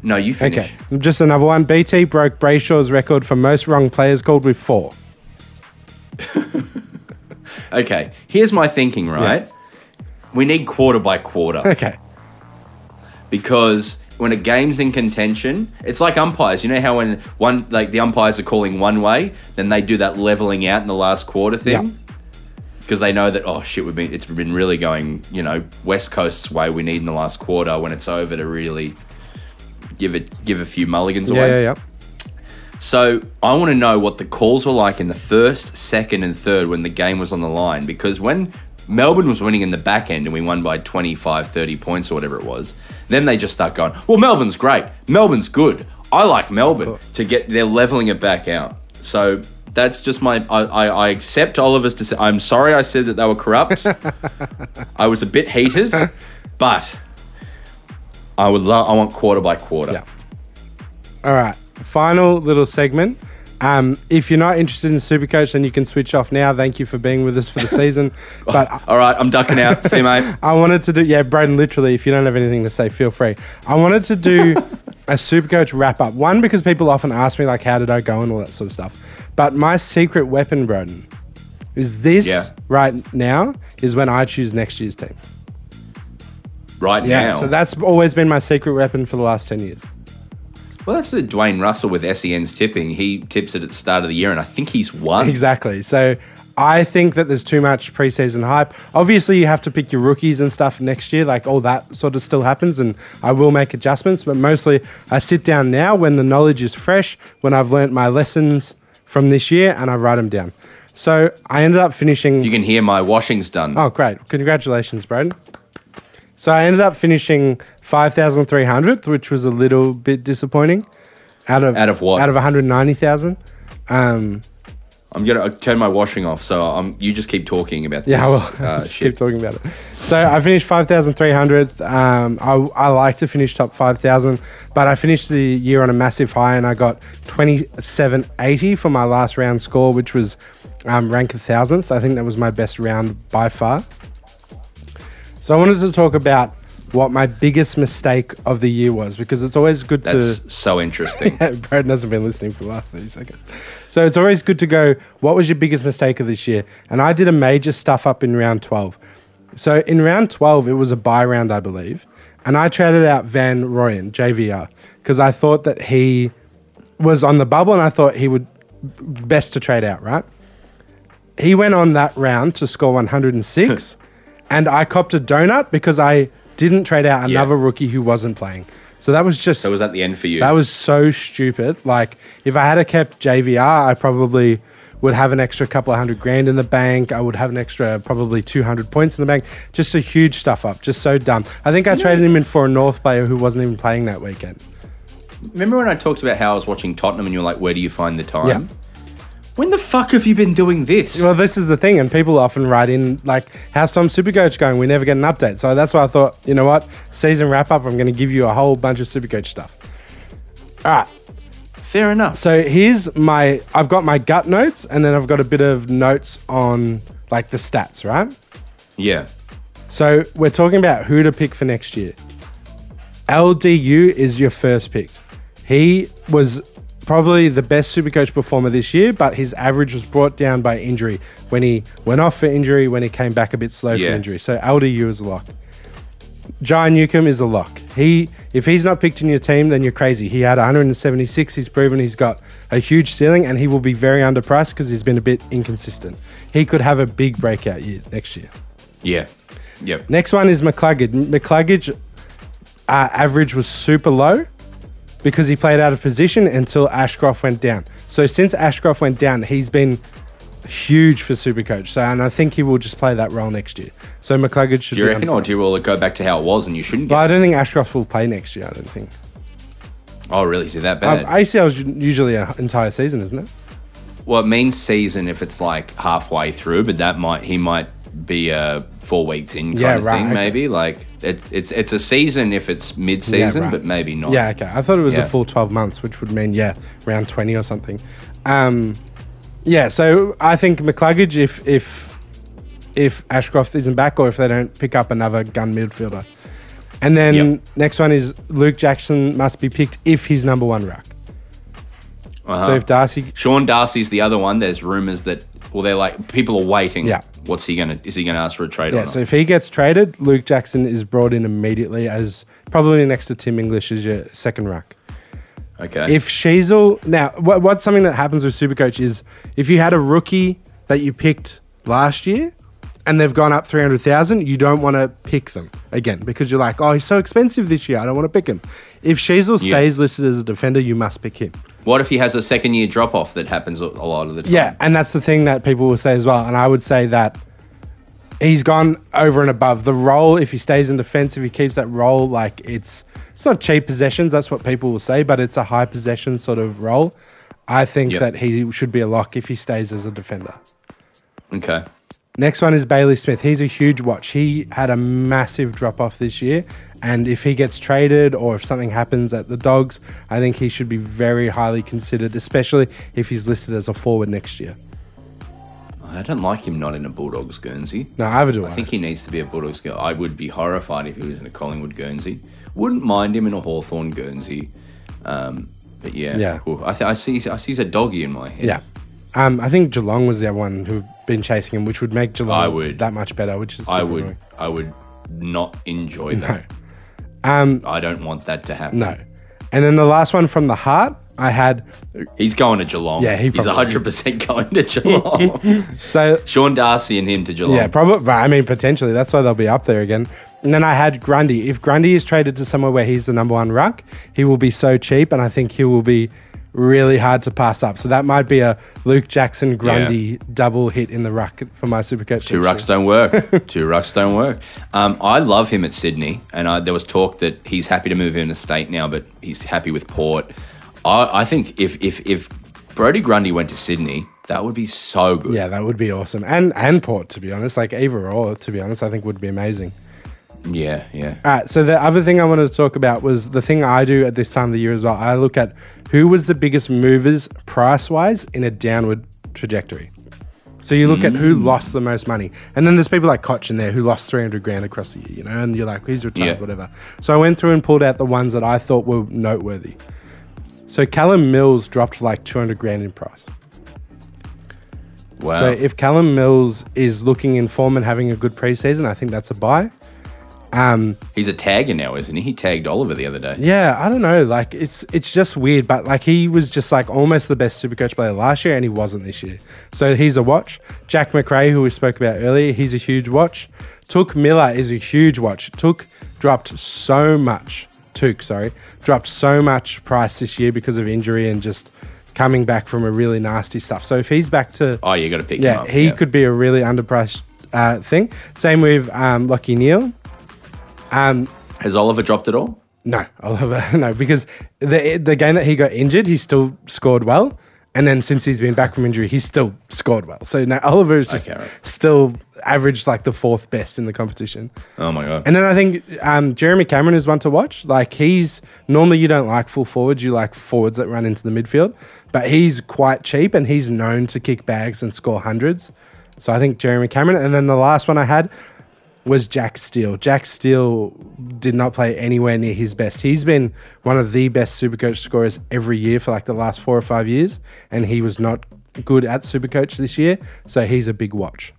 [SPEAKER 2] No, you finish.
[SPEAKER 3] Okay, just another one. BT broke Brayshaw's record for most wrong players called with four.
[SPEAKER 2] Okay, here's my thinking, right? We need quarter by quarter
[SPEAKER 3] Okay,
[SPEAKER 2] because when a game's in contention, it's like umpires. You know how when one like the umpires are calling one way, then they do that leveling out in the last quarter thing. Because they know that oh shit, we've been it's been really going you know West Coast's way. We need in the last quarter when it's over to really give it give a few mulligans
[SPEAKER 3] yeah,
[SPEAKER 2] away.
[SPEAKER 3] yeah, yeah.
[SPEAKER 2] So I want to know what the calls were like in the first, second, and third when the game was on the line because when Melbourne was winning in the back end and we won by 25, 30 points or whatever it was, then they just start going, well, Melbourne's great. Melbourne's good. I like Melbourne to get, they're leveling it back out. So that's just my, I, I, I accept Oliver's decision. I'm sorry I said that they were corrupt. I was a bit heated, but I would love, I want quarter by quarter.
[SPEAKER 3] Yeah. All right, final little segment. Um, if you're not interested in Supercoach, then you can switch off now. Thank you for being with us for the season. but I-
[SPEAKER 2] All right, I'm ducking out. See you, mate.
[SPEAKER 3] I wanted to do, yeah, Braden, literally, if you don't have anything to say, feel free. I wanted to do a Supercoach wrap up. One, because people often ask me, like, how did I go and all that sort of stuff. But my secret weapon, Braden, is this
[SPEAKER 2] Yeah.
[SPEAKER 3] right now is when I choose next year's team.
[SPEAKER 2] right now.
[SPEAKER 3] So that's always been my secret weapon for the last 10 years.
[SPEAKER 2] well, that's the Dwayne Russell with SEN's tipping. He tips it at the start of the year, and I think he's won.
[SPEAKER 3] Exactly. So I think that there's too much preseason hype. Obviously, you have to pick your rookies and stuff next year. Like all that sort of still happens, and I will make adjustments. But mostly, I sit down now when the knowledge is fresh, when I've learnt my lessons from this year, and I write them down. So I ended up finishing.
[SPEAKER 2] You can hear my washing's done.
[SPEAKER 3] Oh, great. Congratulations, Braden. So I ended up finishing 5,300th, which was a little bit disappointing. Out of
[SPEAKER 2] Out of what?
[SPEAKER 3] Out of 190,000. Um,
[SPEAKER 2] I'm gonna uh, turn my washing off, so I'm. You just keep talking about this.
[SPEAKER 3] Yeah, well,
[SPEAKER 2] uh,
[SPEAKER 3] just
[SPEAKER 2] shit.
[SPEAKER 3] keep talking about it. So I finished 5,300th. Um, I, I like to finish top 5,000, but I finished the year on a massive high and I got 2780 for my last round score, which was um, rank 1,000th. I think that was my best round by far. So I wanted to talk about what my biggest mistake of the year was because it's always good to.
[SPEAKER 2] That's so interesting.
[SPEAKER 3] Braden hasn't been listening for the last 30 seconds. So it's always good to go, what was your biggest mistake of this year? And I did a major stuff up in round 12. So in round 12, it was a buy round, I believe. And I traded out Van Royen, JVR, because I thought that he was on the bubble and I thought he would best to trade out, right? He went on that round to score 106, and I copped a donut because I didn't trade out
[SPEAKER 2] Yeah.
[SPEAKER 3] another rookie who wasn't playing. So that was just
[SPEAKER 2] that was at the end for you.
[SPEAKER 3] that was so stupid. Like, if I had a kept JVR, I probably would have an extra couple of hundred grand in the bank. I would have an extra probably 200 points in the bank. Just a huge stuff up. Just so dumb. I think I traded him in for a North player who wasn't even playing that weekend.
[SPEAKER 2] Remember when I talked about how I was watching Tottenham, and you were like, "Where do you find the time?"
[SPEAKER 3] Yeah.
[SPEAKER 2] When the fuck have you been doing this?
[SPEAKER 3] Well, this is the thing, and people often write in like, "How's Tom Supercoach going?" We never get an update, so that's why I thought, you know what, season wrap up. I'm going to give you a whole bunch of Supercoach stuff. All right,
[SPEAKER 2] Fair enough.
[SPEAKER 3] So here's my I've got my gut notes and then I've got a bit of notes on like the stats, right?
[SPEAKER 2] yeah.
[SPEAKER 3] So we're talking about who to pick for next year. LDU is your first pick. He was probably the best Supercoach performer this year, but his average was brought down by injury when he went off for injury, when he came back a bit slow
[SPEAKER 2] Yeah.
[SPEAKER 3] for injury. So LDU is a lock. Jai Newcomb is a lock. He, if he's not picked in your team, then you're crazy. He had 176. He's proven he's got a huge ceiling, and he will be very underpriced because he's been a bit inconsistent. He could have a big breakout year next year.
[SPEAKER 2] Yeah. Yep.
[SPEAKER 3] Next one is McCluggage. McCluggage uh, average was super low because he played out of position until Ashcroft went down. So since Ashcroft went down, he's been huge for Supercoach. So and I think he will just play that role next year. So McCluggage should
[SPEAKER 2] Do you
[SPEAKER 3] be
[SPEAKER 2] reckon, or do you all go back to how it was and you shouldn't
[SPEAKER 3] But
[SPEAKER 2] get?
[SPEAKER 3] I don't think Ashcroft will play next year. I don't think.
[SPEAKER 2] Oh, really? Is it that
[SPEAKER 3] Um,
[SPEAKER 2] bad?
[SPEAKER 3] ACL is usually an entire season, isn't it?
[SPEAKER 2] well, it means season if it's like halfway through, but that might he might be uh, four weeks in kind
[SPEAKER 3] Yeah,
[SPEAKER 2] of
[SPEAKER 3] right,
[SPEAKER 2] thing,
[SPEAKER 3] okay.
[SPEAKER 2] maybe. Like it's it's it's a season if it's mid season,
[SPEAKER 3] right.
[SPEAKER 2] but maybe not.
[SPEAKER 3] Yeah, okay. I thought it was
[SPEAKER 2] Yeah.
[SPEAKER 3] a full 12 months, which would mean, yeah, around 20 or something. Um, yeah, so I think McCluggage, if, if, if Ashcroft isn't back or if they don't pick up another gun midfielder. And then
[SPEAKER 2] Yep.
[SPEAKER 3] next one is Luke Jackson must be picked if he's number one ruck.
[SPEAKER 2] Uh-huh.
[SPEAKER 3] So if Darcy,
[SPEAKER 2] Sean Darcy's the other one. There's rumors that well, they're like people are waiting.
[SPEAKER 3] Yeah.
[SPEAKER 2] What's he gonna? Is he gonna ask for a trade? or
[SPEAKER 3] yeah,
[SPEAKER 2] not?
[SPEAKER 3] so if he gets traded, Luke Jackson is brought in immediately as probably next to Tim English as your second ruck.
[SPEAKER 2] okay.
[SPEAKER 3] if Sheasel now what, what's something that happens with Supercoach is if you had a rookie that you picked last year and they've gone up 300,000 you don't want to pick them again because you're like oh he's so expensive this year I don't want to pick him if Sheasel
[SPEAKER 2] Yeah.
[SPEAKER 3] stays listed as a defender you must pick him
[SPEAKER 2] what if he has a second year drop off that happens a a lot of the time?
[SPEAKER 3] yeah and that's the thing that people will say as well and I would say that he's gone over and above the role if he stays in defense if he keeps that role like it's it's not cheap possessions that's what people will say but it's a high possession sort of role i think
[SPEAKER 2] Yep.
[SPEAKER 3] that he should be a lock if he stays as a defender
[SPEAKER 2] Okay.
[SPEAKER 3] next one is bailey smith he's a huge watch he had a massive drop off this year and if he gets traded or if something happens at the dogs i think he should be very highly considered especially if he's listed as a forward next year
[SPEAKER 2] I don't like him not in a Bulldogs Guernsey.
[SPEAKER 3] no either do i,
[SPEAKER 2] I think he needs to be a Bulldogs Guernsey. I would be horrified if he was in a Collingwood Guernsey. Wouldn't mind him in a Hawthorn Guernsey. Um, but yeah,
[SPEAKER 3] Yeah.
[SPEAKER 2] Ooh, I, th- I see. I see a doggy in my head.
[SPEAKER 3] Yeah. Um, I think Geelong was the other one who've been chasing him, which would make Geelong
[SPEAKER 2] I would.
[SPEAKER 3] that much better, which is
[SPEAKER 2] I
[SPEAKER 3] super
[SPEAKER 2] would.
[SPEAKER 3] annoying.
[SPEAKER 2] I would not enjoy
[SPEAKER 3] No. Um,
[SPEAKER 2] that. I don't want that to happen.
[SPEAKER 3] No. And then the last one from the heart, I had
[SPEAKER 2] He's going to Geelong.
[SPEAKER 3] Yeah, he
[SPEAKER 2] he's
[SPEAKER 3] probably-
[SPEAKER 2] hundred percent going to Geelong.
[SPEAKER 3] so
[SPEAKER 2] Sean Darcy and him to Geelong.
[SPEAKER 3] yeah, probably I mean potentially that's why they'll be up there again. And then I had Grundy. If Grundy is traded to somewhere where he's the number one ruck, he will be so cheap and I think he will be really hard to pass up. So that might be a Luke Jackson Grundy double hit in the ruck for my super coach.
[SPEAKER 2] Two rucks don't work. Two rucks don't work. Um, I love him at Sydney, and I, there was talk that he's happy to move in the state now, but he's happy with Port. I, I think if if if Brody Grundy went to Sydney, that would be so good.
[SPEAKER 3] Yeah, that would be awesome. And and Port to be honest, like either or to be honest, I think would be amazing.
[SPEAKER 2] yeah, yeah.
[SPEAKER 3] All right. So the other thing I wanted to talk about was the thing I do at this time of the year as well. I look at who was the biggest movers price wise in a downward trajectory. So you look at who lost the most money, and then there's people like Koch in there who lost 300 grand across the year, you know, and you're like, he's retired,
[SPEAKER 2] Yeah.
[SPEAKER 3] whatever. So I went through and pulled out the ones that I thought were noteworthy. So Callum Mills dropped like 200 grand in price.
[SPEAKER 2] Wow. Oh.
[SPEAKER 3] So if Callum Mills is looking in form and having a good preseason, I think that's a buy.
[SPEAKER 2] he's a tagger now, isn't he? He tagged Oliver the other day.
[SPEAKER 3] Yeah, I don't know. Like it's it's just weird, but like he was just like almost the best Supercoach player last year, and he wasn't this year. So he's a watch. Jack McRae, who we spoke about earlier, he's a huge watch. Took Miller is a huge watch. Took dropped so much. Took sorry, dropped so much price this year because of injury and just coming back from a really nasty stuff. So if he's back to
[SPEAKER 2] Oh, you got to pick him
[SPEAKER 3] yeah,
[SPEAKER 2] up.
[SPEAKER 3] he could be a really underpriced uh, thing. Same with um, Lockie Neal. Um,
[SPEAKER 2] Has Oliver dropped it all?
[SPEAKER 3] no, Oliver, no, because the the game that he got injured, he still scored well, and then since he's been back from injury, he's still scored well. So now Oliver is just
[SPEAKER 2] Okay, right.
[SPEAKER 3] still averaged like the fourth best in the competition.
[SPEAKER 2] Oh my god.
[SPEAKER 3] And then I think um, Jeremy Cameron is one to watch. Like he's normally you don't like full forwards, you like forwards that run into the midfield, but he's quite cheap and he's known to kick bags and score hundreds. So I think Jeremy Cameron. And then the last one I had, was Jack Steele. Jack Steele did not play anywhere near his best. He's been one of the best Supercoach scorers every year for like the last four or five years, and he was not good at Supercoach this year, so he's a big watch.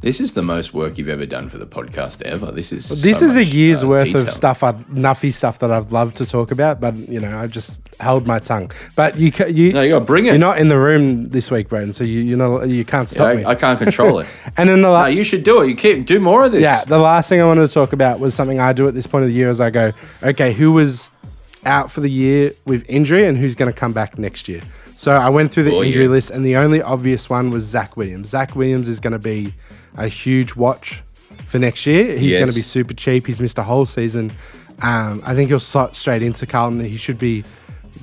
[SPEAKER 2] This is the most work you've ever done for the podcast ever. This is
[SPEAKER 3] This
[SPEAKER 2] so
[SPEAKER 3] is a
[SPEAKER 2] much,
[SPEAKER 3] year's
[SPEAKER 2] uh,
[SPEAKER 3] worth of
[SPEAKER 2] detail.
[SPEAKER 3] stuff, I'd, nuffy stuff that I've loved to talk about, but you know, I just held my tongue. But you, ca- you,
[SPEAKER 2] No, you gotta bring it.
[SPEAKER 3] You're not in the room this week, Brayden, so you, you know, you can't stop me.
[SPEAKER 2] I, I can't control it.
[SPEAKER 3] And then the
[SPEAKER 2] no,
[SPEAKER 3] last,
[SPEAKER 2] you should do it. You keep do more of this.
[SPEAKER 3] yeah, the last thing I wanted to talk about was something I do at this point of the year is I go, okay, who was out for the year with injury and who's going to come back next year? So I went through the
[SPEAKER 2] Oh,
[SPEAKER 3] injury
[SPEAKER 2] yeah.
[SPEAKER 3] list, and the only obvious one was Zach Williams. Zach Williams is going to be a huge watch for next year. He's
[SPEAKER 2] Yes.
[SPEAKER 3] going to be super cheap. He's missed a whole season. Um, I think he'll slot straight into Carlton. He should be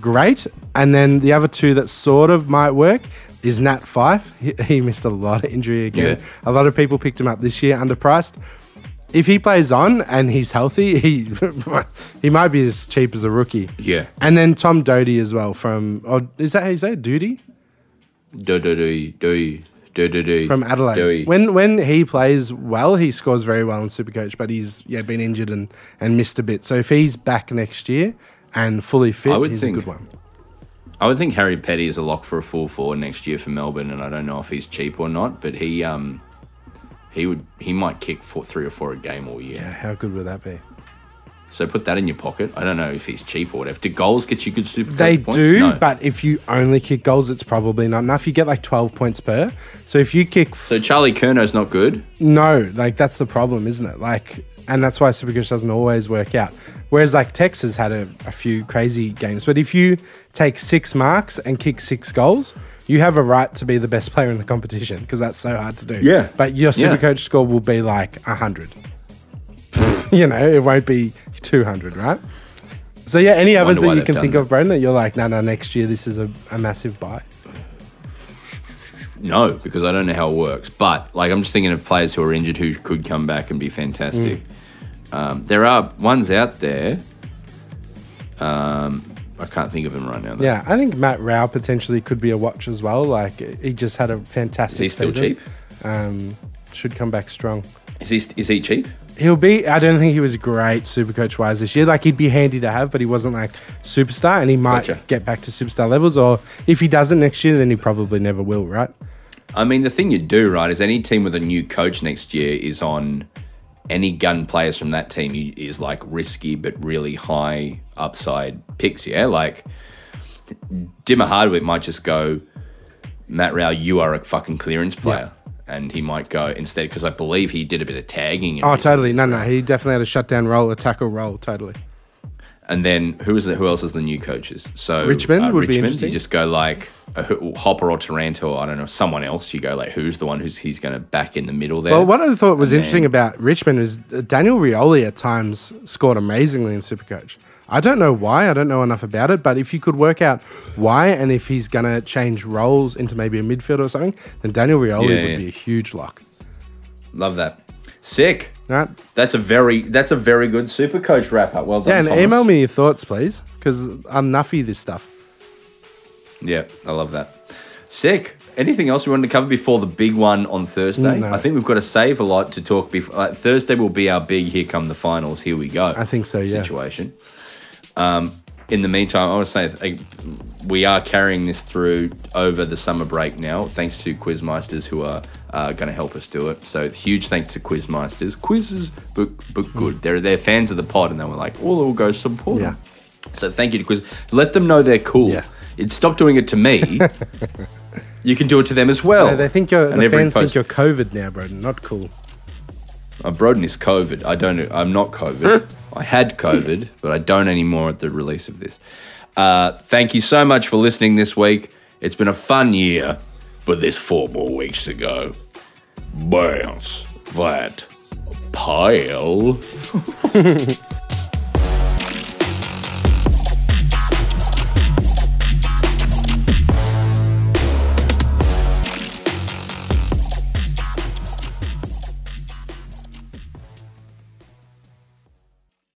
[SPEAKER 3] great. And then the other two that sort of might work is Nat Fife. He, he missed a lot of injury again.
[SPEAKER 2] Yeah.
[SPEAKER 3] A lot of people picked him up this year underpriced. If he plays on and he's healthy, he he might be as cheap as a rookie.
[SPEAKER 2] Yeah.
[SPEAKER 3] And then Tom Doty as well from or is that how you say it? Doody?
[SPEAKER 2] Do do do do do do do
[SPEAKER 3] From Adelaide.
[SPEAKER 2] Do.
[SPEAKER 3] When when he plays well, he scores very well in Supercoach, but he's yeah, been injured and, and missed a bit. So if he's back next year and fully fit,
[SPEAKER 2] I would
[SPEAKER 3] he's
[SPEAKER 2] think-
[SPEAKER 3] a good one.
[SPEAKER 2] I would think Harry Petty is a lock for a full forward next year for Melbourne, and I don't know if he's cheap or not, but he um he would he might kick four, three or four a game all year.
[SPEAKER 3] How good would that be?
[SPEAKER 2] So put that in your pocket. I don't know if he's cheap or whatever. Do goals get you good super
[SPEAKER 3] They
[SPEAKER 2] points?
[SPEAKER 3] do,
[SPEAKER 2] No.
[SPEAKER 3] but if you only kick goals, it's probably not enough. You get like 12 points per. So if you kick
[SPEAKER 2] so Charlie Kerno's not good.
[SPEAKER 3] No, like that's the problem, isn't it? Like, and that's why Supercoach doesn't always work out. Whereas like Texas had a, a few crazy games, but if you take six marks and kick six goals, you have a right to be the best player in the competition because that's so hard to do.
[SPEAKER 2] Yeah.
[SPEAKER 3] but your
[SPEAKER 2] Yeah.
[SPEAKER 3] Supercoach score will be like hundred. you know, it won't be two hundred, right? So yeah, any others
[SPEAKER 2] why
[SPEAKER 3] that you
[SPEAKER 2] they've
[SPEAKER 3] can
[SPEAKER 2] done
[SPEAKER 3] think
[SPEAKER 2] that.
[SPEAKER 3] of, Brendan, that you're like, no, no, next year this is a, a massive buy.
[SPEAKER 2] No, because I don't know how it works. But like I'm just thinking of players who are injured who could come back and be fantastic.
[SPEAKER 3] Mm.
[SPEAKER 2] Um, there are ones out there. Um, I can't think of them right now. Though.
[SPEAKER 3] Yeah, I think Matt Rao potentially could be a watch as well. Like he just had a fantastic.
[SPEAKER 2] Is he still
[SPEAKER 3] season.
[SPEAKER 2] cheap?
[SPEAKER 3] Um, should come back strong.
[SPEAKER 2] Is he is he cheap?
[SPEAKER 3] He'll be. I don't think he was great super coach wise this year. Like he'd be handy to have, but he wasn't like superstar, and he might
[SPEAKER 2] Gotcha.
[SPEAKER 3] get back to superstar levels. Or if he doesn't next year, then he probably never will. Right?
[SPEAKER 2] I mean, the thing you do right is any team with a new coach next year is on any gun players from that team you- is like risky but really high upside picks. Yeah, like Dimmer Hardwick might just go, Matt Rao, you are a fucking clearance player. And he might go instead because I believe he did a bit of tagging. in
[SPEAKER 3] Oh,
[SPEAKER 2] recent
[SPEAKER 3] totally.
[SPEAKER 2] years,
[SPEAKER 3] No,
[SPEAKER 2] right?
[SPEAKER 3] no. He definitely had a shutdown role, a tackle role. Totally.
[SPEAKER 2] And then who is the, who else is the new coaches? So uh,
[SPEAKER 3] Richmond would be
[SPEAKER 2] Richmond,
[SPEAKER 3] interesting.
[SPEAKER 2] You just go like a, Ho- Hopper or Taranto, I don't know, someone else. You go like who's the one who's he's going to back in the middle there?
[SPEAKER 3] Well, what I thought was
[SPEAKER 2] And
[SPEAKER 3] interesting
[SPEAKER 2] then-
[SPEAKER 3] about Richmond is uh, Daniel Rioli at times scored amazingly in Supercoach. I don't know why. I don't know enough about it. But if you could work out why and if he's going to change roles into maybe a midfield or something, then Daniel Rioli
[SPEAKER 2] Yeah,
[SPEAKER 3] would
[SPEAKER 2] yeah.
[SPEAKER 3] be a huge lock.
[SPEAKER 2] Love that. Sick.
[SPEAKER 3] Right?
[SPEAKER 2] That's a very that's a very good super coach wrap up. Well done.
[SPEAKER 3] Yeah, and
[SPEAKER 2] Thomas.
[SPEAKER 3] email me your thoughts, please, because I'm nuffy this stuff.
[SPEAKER 2] Yeah, I love that. Sick. Anything else we wanted to cover before the big one on Thursday?
[SPEAKER 3] No.
[SPEAKER 2] I think we've got to save a lot to talk before. Like, Thursday will be our big here come the finals, here we go.
[SPEAKER 3] I think so, yeah.
[SPEAKER 2] Situation. Um, in the meantime, I want to say like, we are carrying this through over the summer break now, thanks to Quizmeisters who are uh, going to help us do it. So huge thanks to Quizmeisters. Quizzes, but but good. They're they're fans of the pod, and they were like, "Oh, we'll go support." them."
[SPEAKER 3] Mm. Yeah.
[SPEAKER 2] So thank you to Quiz. Let them know they're cool.
[SPEAKER 3] Yeah.
[SPEAKER 2] It stop doing it to me. you can do it to them as well.
[SPEAKER 3] No, they think you're,
[SPEAKER 2] Oh, And
[SPEAKER 3] the
[SPEAKER 2] every
[SPEAKER 3] fans
[SPEAKER 2] post-
[SPEAKER 3] think you're COVID now, Broden. Not cool.
[SPEAKER 2] Uh, Broden is COVID. I don't. I'm not COVID. I had COVID, but I don't anymore at the release of this. Uh, thank you so much for listening this week. It's been a fun year, but there's four more weeks to go. Bounce that pile.